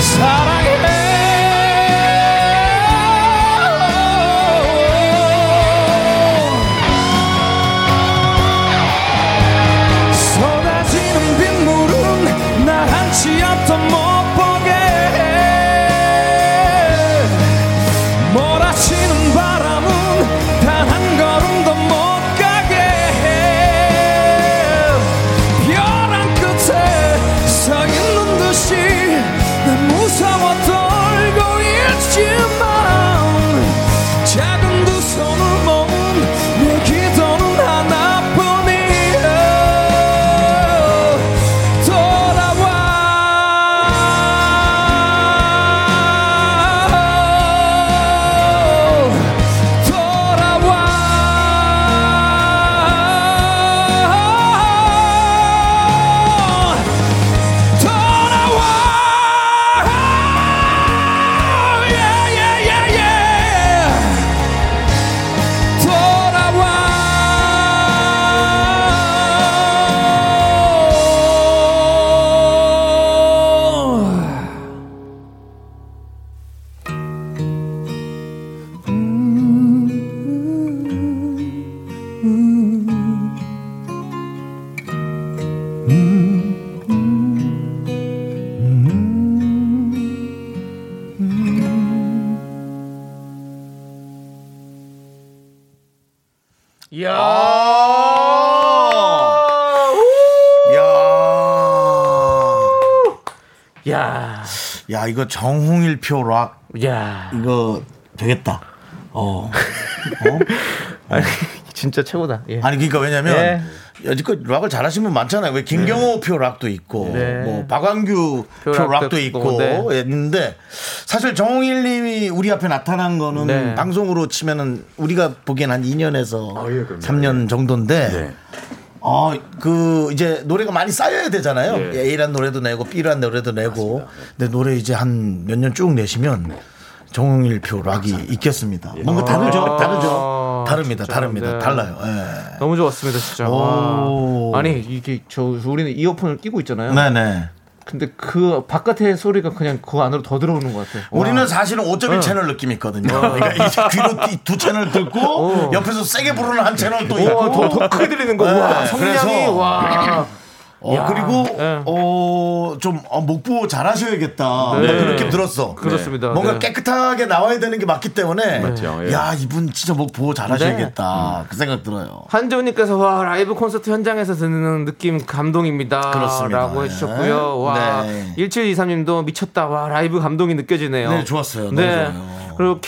사랑해 사랑해 쏟아지는 빗물은 날 한치 앞도 못 보게 해 몰아치는 바람은 단 한 걸음도 못 가게 해 벼랑 끝에 서 있는 듯이 난 무서워 떨고 있지만 작은 두 손을 모은 내 기도는 하나뿐이야 돌아와 돌아와 돌아와 yeah, yeah, yeah, yeah. 돌아와
아. 야,
야,
야 이거 정홍일표 락
야,
이거 되겠다. 어.
진짜 최고다. 예.
아니 그러니까 왜냐면
네.
여지껏 락을 잘하신 분 많잖아요. 왜 김경호 표 락도 있고
네.
뭐 박완규 표
표
락도,
락도
있고
있고, 네.
했는데 사실 정홍일 님이 우리 앞에 나타난 거는
네.
방송으로 치면은 우리가 보기엔 한 2년에서 3년 정도인데 어, 그 이제 노래가 많이 쌓여야 되잖아요.
예.
A란 노래도 내고 B란 노래도 내고. 근데 노래 이제 한 몇 년 쭉 내시면
네.
정홍일 표 락이 있겠습니다. 뭔가 다르죠, 다르죠, 다릅니다, 다릅니다,
예. 아, 네.
달라요. 예.
너무 좋았습니다, 진짜.
오.
와. 아니 이게 저 우리는 이어폰을 끼고 있잖아요.
네네.
근데 그 바깥의 소리가 그냥 그 안으로 더 들어오는 것 같아요. 와. 네.
우리는 사실은 5.1 채널 느낌 이 있거든요. 그러니까 이제 귀로 이두 채널 듣고 옆에서 세게 부르는 한 채널 또 있고.
와, 더, 더 크게 들리는 거.
네,
와, 성량이
그래서-
와.
어,
야.
그리고
네.
어, 좀 어, 목보 잘하셔야겠다.
네.
그 느낌 들었어.
그렇습니다.
뭔가
네.
깨끗하게 나와야 되는 게 맞기 때문에
맞죠, 예.
야 이분 진짜 뭐 보호
네.
잘하셔야겠다 그 생각 들어요.
한재훈님께서 와 라이브 콘서트 현장에서 듣는 느낌 감동입니다.
그렇습니다.
라고 해주셨고요.
네.
와
네.
1723님도 미쳤다. 와 라이브 감동이 느껴지네요.
네, 좋았어요. 너무
네.
좋아요.
그리고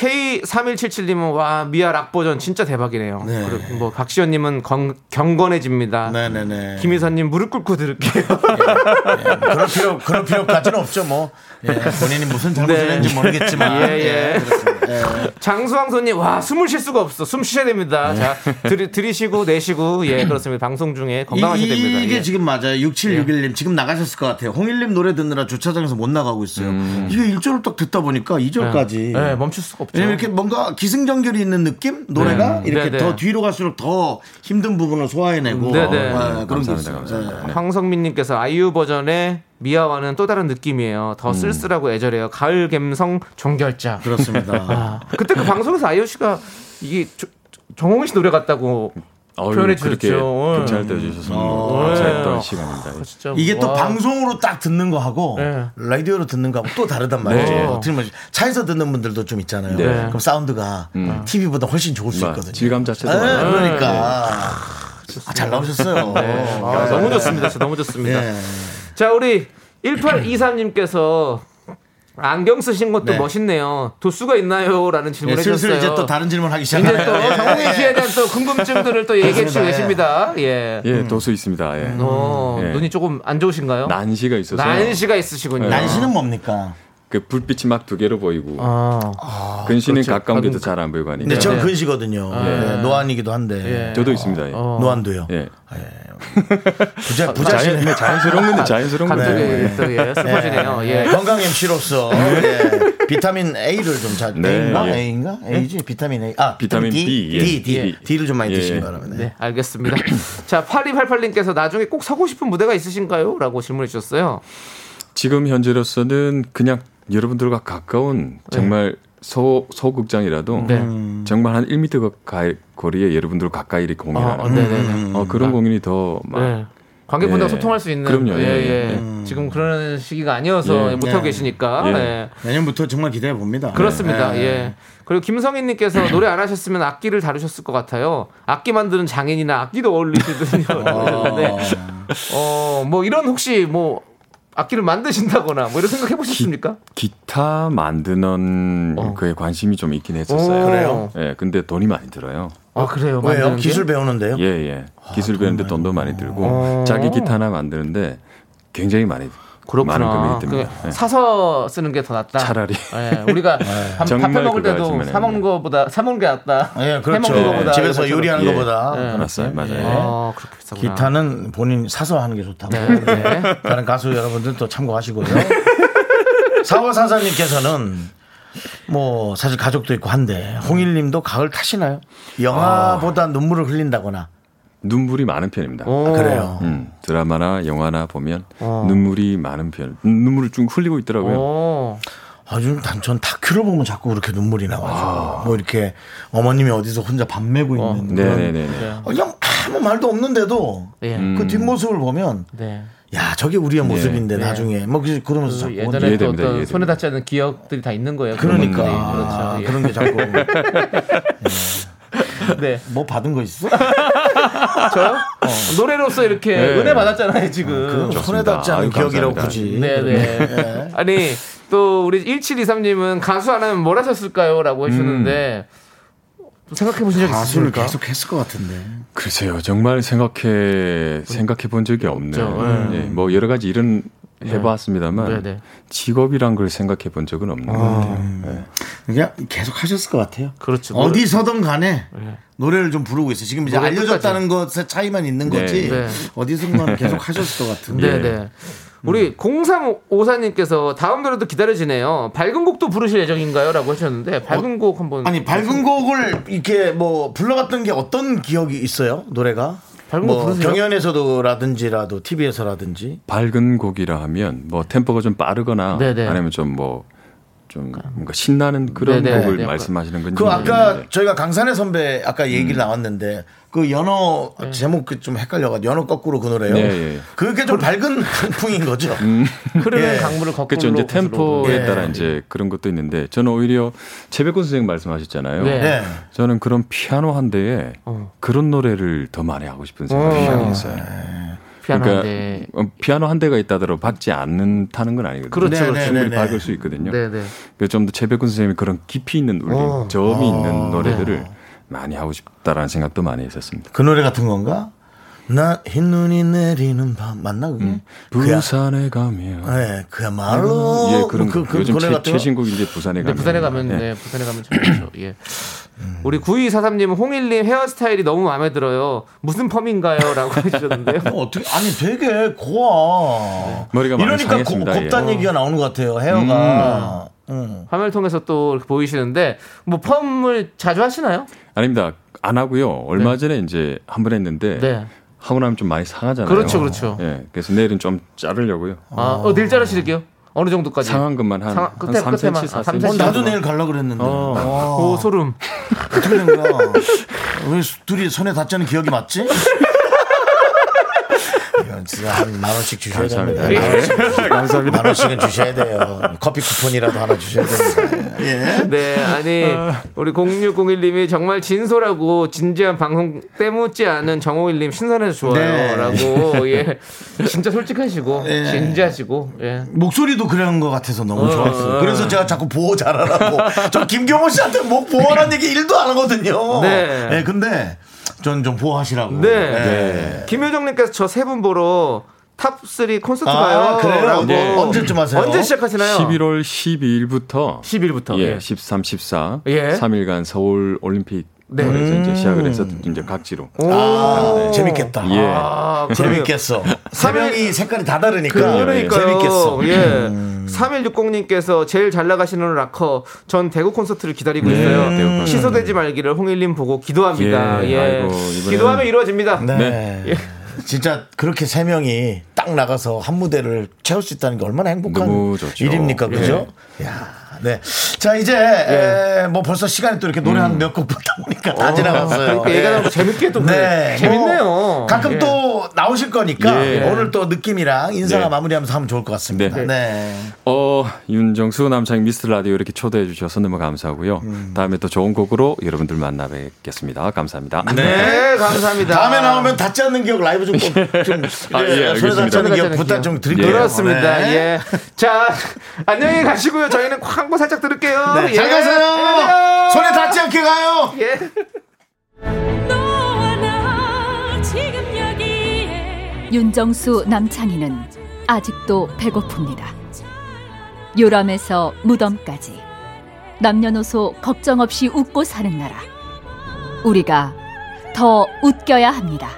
K3177님은 와 미아 락 버전 진짜 대박이네요.
네.
그리고 뭐 박시현님은 건- 경건해집니다.
네네네.
김희선님 무릎 꿇고 들을게요. <laughs>
그럴 필요 그럴 필요까지는 없죠 뭐 예, 본인이 무슨 잘못을
네.
했는지 모르겠지만
예, 예.
그렇습니다. 예.
장수왕 손님, 와, 숨을 쉴 수가 없어. 숨 쉬셔야 됩니다.
네.
자, 들이, 들이쉬고, 내쉬고, 예, 그렇습니다. 방송 중에 건강하셔야 됩니다.
음. 이게
예.
지금 맞아요. 6761님 지금 나가셨을 것 같아요. 홍일님 노래 듣느라 주차장에서 못 나가고 있어요. 이게 1절을 딱 듣다 보니까 2절까지.
음. 예, 멈출 수가 없죠.
왜냐면 이렇게 뭔가 기승전결이 있는 느낌 노래가 이렇게
네, 네.
더 뒤로 갈수록 더 힘든 부분을 소화해내고
네, 네.
예, 그런 게
감사합니다,
있어요.
감사합니다.
예.
황성민님께서 아이유 버전의 미아와는 또 다른 느낌이에요.
음.
더 쓸쓸하고 애절해요. 가을 감성 종결자. <laughs>
그렇습니다.
그때 그 방송에서 아이유 씨가 이게 조- 정홍희 씨 노래 같다고
어휴,
표현해
그렇게
주셨죠. 예.
잘 떼어주셔서 너무
어.
감사했던
예.
시간입니다.
진짜
이게 또
와.
방송으로 딱 듣는 거하고
네.
라디오로 듣는 거하고 또 다르단 말이죠.
네.
어, 틀림없이 차에서 듣는 분들도 좀 있잖아요.
네.
그럼 사운드가 TV보다 훨씬 좋을 수
막
있거든요.
음. 질감 자체도
예,
네.
많아요.
그러니까 아, 잘 나오셨어요. 네.
아, 너무 좋습니다. 진짜 너무 좋습니다.
예.
자, 우리 1823님께서 안경 쓰신 것도
네.
멋있네요. 도수가 있나요? 라는
예,
질문을
슬슬
해주셨어요.
이제 또 다른 질문 하기
이제 또
시작하네요.
정홍희 씨에 대한 또 궁금증들을 또 얘기해 주고 계십니다. 예.
예, 도수 있습니다. 예.
어,
예.
눈이 조금 안 좋으신가요?
난시가 있어서
난시가 있으시군요.
난시는 뭡니까?
그 불빛이 막 두 개로 보이고
아,
근시는 가까운 게 더 잘 안 보이고 하니까
근데 전
네.
근시거든요. 예, 노안이기도 한데
예.
저도 있습니다. 예.
노안도요.
예.
아,
부자
자연,
부자시네.
네, 자연스러운 건데 자연스러운
갑자기
건데. 예.
또 예, 슬퍼지네요.
<laughs> 예.
예.
건강
<laughs>
MC로서
네.
예. 비타민 A를 좀 자주
네,
A인가?
예.
A인가? A지 비타민 A. 아
비타민 B, 예.
D, D,
예.
D를 좀 많이
예.
드시기 바랍니다.
네, 알겠습니다. 자, 8288님께서 나중에 꼭 서고 싶은 무대가 있으신가요? 라고 질문해 주셨어요.
지금 현재로서는 그냥 여러분들과 가까운 정말 소 소극장이라도
네.
정말 한 1m 가 거리에 여러분들 가까이 이렇게 공연하는
어, 네네네.
어, 그런 공연이 더막
네. 관객분들과
예.
소통할 수 있는
그럼요,
예,
예,
예.
예.
음.
지금 그런 시기가 아니어서
예.
못하고
예.
계시니까
예.
예.
내년부터 정말 기대해 봅니다. 네.
그렇습니다. 예. 그리고
네.
김성인님께서 노래 안 하셨으면 악기를 다루셨을 것 같아요. 악기 만드는 장인이나 악기도
<laughs>
어울리시더군요. <laughs> 네. 어, 뭐 이런 혹시 뭐 악기를 만드신다거나 뭐 이런 생각 해보셨습니까?
기타 만드는 그에 관심이 좀 있긴 했었어요.
오. 그래요?
예, 근데 돈이 많이 들어요.
아 그래요.
왜요?
만드는 게?
기술 배우는데요?
예, 예. 기술 배우는데 돈도 많이 들고 자기 기타 하나 만드는데 굉장히 많이
그렇구나.
많은 금액이 듭니다.
그
예.
사서 쓰는 게 더 낫다.
차라리. 네.
예,
<laughs>
우리가 밥-
정말
뷔페 먹을
그거
때도
하지만은.
사 먹는 거보다 사 먹는 게 낫다.
예,
해
그렇죠.
먹는 거보다
집에서
이런 것처럼.
요리하는
예.
것보다
알았어요,
네.
맞아요. 예.
아, 그렇게 비싸구나.
기타는 본인 사서 하는 게 좋다고.
네.
<laughs> 네. 다른 가수 여러분들 또 참고하시고요. <laughs> 사월사사님께서는 뭐 사실 가족도 있고 한데 홍일님도 가을 타시나요? 영화보다 눈물을 흘린다거나 어,
눈물이 많은 편입니다.
오.
아. 그래요.
음, 드라마나 영화나 보면 눈물이 많은 편. 음, 눈물을 쭉 흘리고 있더라고요.
어. 오.
아, 요즘 단- 전 다큐를 보면 자꾸 그렇게 눈물이 나와요. 뭐 이렇게 어머님이 어디서 혼자 밥 매고 있는 그런 어,
네네네.
그냥 아무 말도 없는데도
예.
그 뒷모습을 보면
네.
야 저게 우리의 모습인데 나중에 뭐 그- 그러면서 자꾸 혼자-
예전에 또
이해됩니다,
어떤
이해됩니다.
손에 닿지 않는 기억들이 다 있는 거예요. 그런
그러니까
분들이.
아,
그렇죠.
그런 게 자꾸
<laughs> 예. 네.
뭐 받은 거 있어?
저요? 노래로서 이렇게
네.
은혜 받았잖아요, 지금.
그건 손에 닿지 않은
아유,
기억이라고
감사합니다.
굳이.
네, 네. 아니, 또 우리 1723님은 가수 안 하면 뭘 하셨을까요?
음.
라고 해주셨는데 생각해 보신
네.
적
가수를
있습니까?
계속 했을 것 같은데.
글쎄요, 정말 생각해
그렇죠.
생각해 본 적이 없네요. 예, 뭐 여러 가지 일은
네,
해봤습니다만
네.
직업이란 걸 생각해 본 적은 없는 것 같아요.
그냥 계속 하셨을 것 같아요.
그렇죠.
어디서든 간에 노래를 좀 부르고 있어요. 지금 이제
노래
알려졌다는 것의 차이만 있는
네.
거지.
네.
어디선가 계속 하셨을 것 같은데.
네,
예.
네. 우리
음.
0354님께서 다음 노래도 기다려지네요. 밝은 곡도 부르실 예정인가요? 라고 하셨는데 밝은 곡 한번
어, 아니 밝은 곡을 이렇게 뭐 불러봤던 게 어떤 기억이 있어요? 노래가?
밝은 곡
뭐
부르세요?
경연에서도라든지라도 TV에서라든지
밝은 곡이라 하면 뭐 템포가 좀 빠르거나
네, 네.
아니면 좀 뭐 좀 뭔가 신나는 그런
네, 네,
곡을
네.
말씀하시는 건지
그 아까
모르겠는데.
저희가 강산의 선배 아까 얘기를
음.
나왔는데 그 연어 제목 그좀 헷갈려가지고 연어 거꾸로 그 노래요.
네, 예. 음.
그게 좀 밝은 <laughs> 풍인 거죠.
흐르는
예.
강물을 거꾸로 네.
그렇죠. 이제 템포에
예.
따라 이제 그런 것도 있는데 저는 오히려 최백훈 선생님 말씀하셨잖아요.
네. 어.
네.
저는 그런 피아노 한
예.
대에 그런 노래를 더 많이 하고 싶은 생각이 어. 있어요.
예. 피아노인데 네.
어, 피아노 한 대가 있다더라도 박지 않는다는 건 아니거든요.
그렇죠, 네, 그렇죠.
네,
충분히
네, 네.
박을 수 있거든요.
네, 어.
그래서 좀 더 최백훈 선생님이 그런 깊이 있는 울림,
네.
점이 있는 노래들을 많이 하고 싶다라는 생각도 많이 했었습니다.
그 노래 같은 건가? 나 흰눈이 내리는 밤 맞나 그게?
음.
아-
그야,
부산에 가면
네, 그야말로
예 그런
그,
거.
그,
요즘
노래
최,
같은 거?
최신곡 이제 부산에
근데
가면
부산에 가면
예.
네, 부산에 가면 참 좋죠. 예. 우리 9243님 홍일님 헤어스타일이 너무 마음에 들어요. 무슨 펌인가요?라고 <laughs> 해주셨는데요.
어, 어떻게 아니 되게 고와
머리가 네. 많이
이러니까 곱,
상했습니다, 예.
곱다는 얘기가 나오는 것 같아요 헤어가 음.
화면을 통해서 또 이렇게 보이시는데 뭐 펌을 자주 하시나요?
아닙니다 안 하고요 얼마 전에 이제 한 번 했는데
네.
하고 나면 좀 많이 상하잖아요
그렇죠, 그렇죠.
예 그래서 내일은 좀 자르려고요
아, 어, 늘 자르실게요. 어느 정도까지?
상한근만 한,
상하-
한
끝에-
3cm
끝에만. 아,
4cm
어, 나도
어.
내일 가려고 그랬는데 어.
오 소름.
어떻게 된 거야 왜 둘이 손에 닿자는 기억이 맞지? 이건 진짜 한만 원씩 주셔야 됩니다 만 원씩,
감사합니다.
만 원씩은 주셔야 돼요 커피 쿠폰이라도 하나 주셔야 됩니다 예.
네, 아니 우리 0601님이 정말 진솔하고 진지한 방송 때묻지 않은 정호일님 신선해서
네. <laughs>
좋아요라고 예 진짜 솔직하시고
예.
진지하시고 예
목소리도 그런 것 같아서 너무 좋았어요. 그래서 제가 자꾸 보호 잘하라고. 저 김경호 씨한테 목 보호하라는 얘기 일도안 하거든요.
네.
네, 근데 전 좀 보호하시라고. 예.
네. 김효정님께서 저 세 분 보러 탑3 콘서트
아,
가요.
그래요?
라고.
네. 언제쯤 하세요?
언제 시작하시나요?
11월 12일부터
10일부터.
예, 13, 14,
예.
3일간 서울 올림픽
네.
에서 이제 시작을 해서 이제 각지로
오.
아, 재밌겠다.
예.
아, 그러면-
<laughs> 재밌겠어. 세 명이 색깔이 다 다르니까.
그러니까요.
재밌겠어. 음.
예. 3160님께서 제일 잘 나가시는 락커 전 대구 콘서트를 기다리고
네,
있어요.
대구 콘서트.
취소되지 말기를 홍일님 보고 기도합니다.
예,
예.
아이고, 이번에는-
기도하면 이루어집니다.
네.
네.
예.
진짜 그렇게 세 명이 딱 나가서 한 무대를 채울 수 있다는 게 얼마나 행복한
너무 좋죠. 예.
일입니까, 그죠? 야, 네. 자 이제
예.
에, 뭐 벌써 시간이 또 이렇게 노래
음.
한 몇 곡 부르다 보니까 다 지나갔어요.
그러니까
예.
얘가 너무 재밌게 또
네.
그래. 재밌네요.
뭐 가끔
예.
또 나오실 거니까
예.
오늘 또 느낌이랑 인사가
네.
마무리하면서 하면 좋을 것 같습니다. 네.
네. 어, 윤정수 남창 미스터 라디오 이렇게 초대해 주셔서 너무 감사하고요. 다음에 또 좋은 곡으로 여러분들 만나 뵙겠습니다. 감사합니다.
네, 감사합니다.
다음에 나오면 닿지 않는 기억 라이브 좀,
<laughs>
꼭 좀
아, 예,
네, 손에 닿지
알겠습니다.
않는 기억
예.
부탁 좀 드릴게요.
그렇습니다.
네.
예. 자, 안녕히 가시고요. 저희는 광고 살짝 들을게요.
네, 잘
예.
가세요.
안녕.
손에 닿지 않게 가요.
예.
윤정수 남창희는 아직도 배고픕니다. 요람에서 무덤까지 남녀노소 걱정 없이 웃고 사는 나라. 우리가 더 웃겨야 합니다.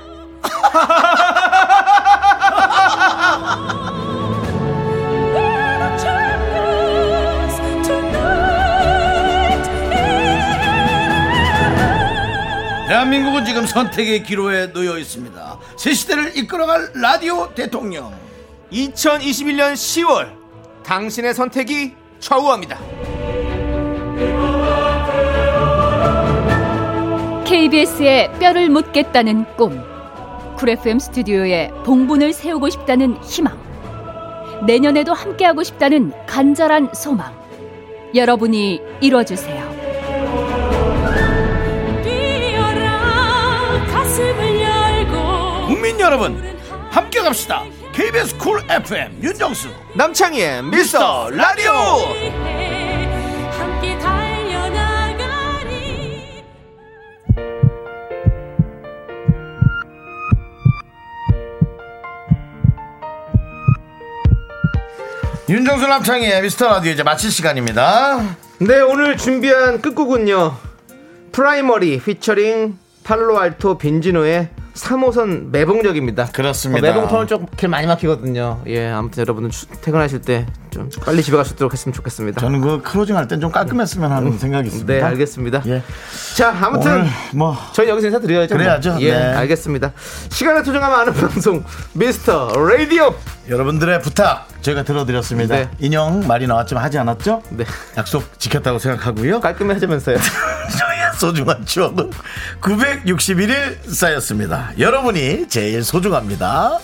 대한민국은 지금 선택의 기로에 놓여 있습니다. 새 시대를 이끌어갈 라디오 대통령.
2021년 10월 당신의 선택이 좌우합니다.
KBS의 뼈를 묻겠다는 꿈. 쿨 FM 스튜디오에 봉분을 세우고 싶다는 희망. 내년에도 함께하고 싶다는 간절한 소망. 여러분이 이뤄주세요.
국민 여러분, 함께 갑시다. KBS 쿨 FM 윤정수.
남창희의 미스터 라디오.
윤정수 남창희의 미스터 라디오 이제 마칠 시간입니다.
네 오늘 준비한 끝곡은요 프라이머리 피처링 팔로알토 빈지노의 3호선 매봉역입니다.
그렇습니다.
어, 매봉 터널 쪽 길 많이 막히거든요. 예 아무튼 여러분은 추- 퇴근하실 때 좀 빨리 집에 가시도록 했으면 좋겠습니다.
저는 그 클로징 할 땐 좀 깔끔했으면 하는 생각이 있습니다.
네 알겠습니다.
예.
자 아무튼
오늘 뭐
저희 여기서 인사드려야죠. 뭐.
그래야죠.
예,
네.
알겠습니다. 시간을 투정하면 아는 방송 미스터 라디오.
여러분들의 부탁 저희가 들어드렸습니다.
네.
인형 말이 나왔지만 하지 않았죠?
네.
약속 지켰다고 생각하고요.
깔끔히 하자면서요.
<laughs> 저희의 소중한 추억은 961일 쌓였습니다. 여러분이 제일 소중합니다.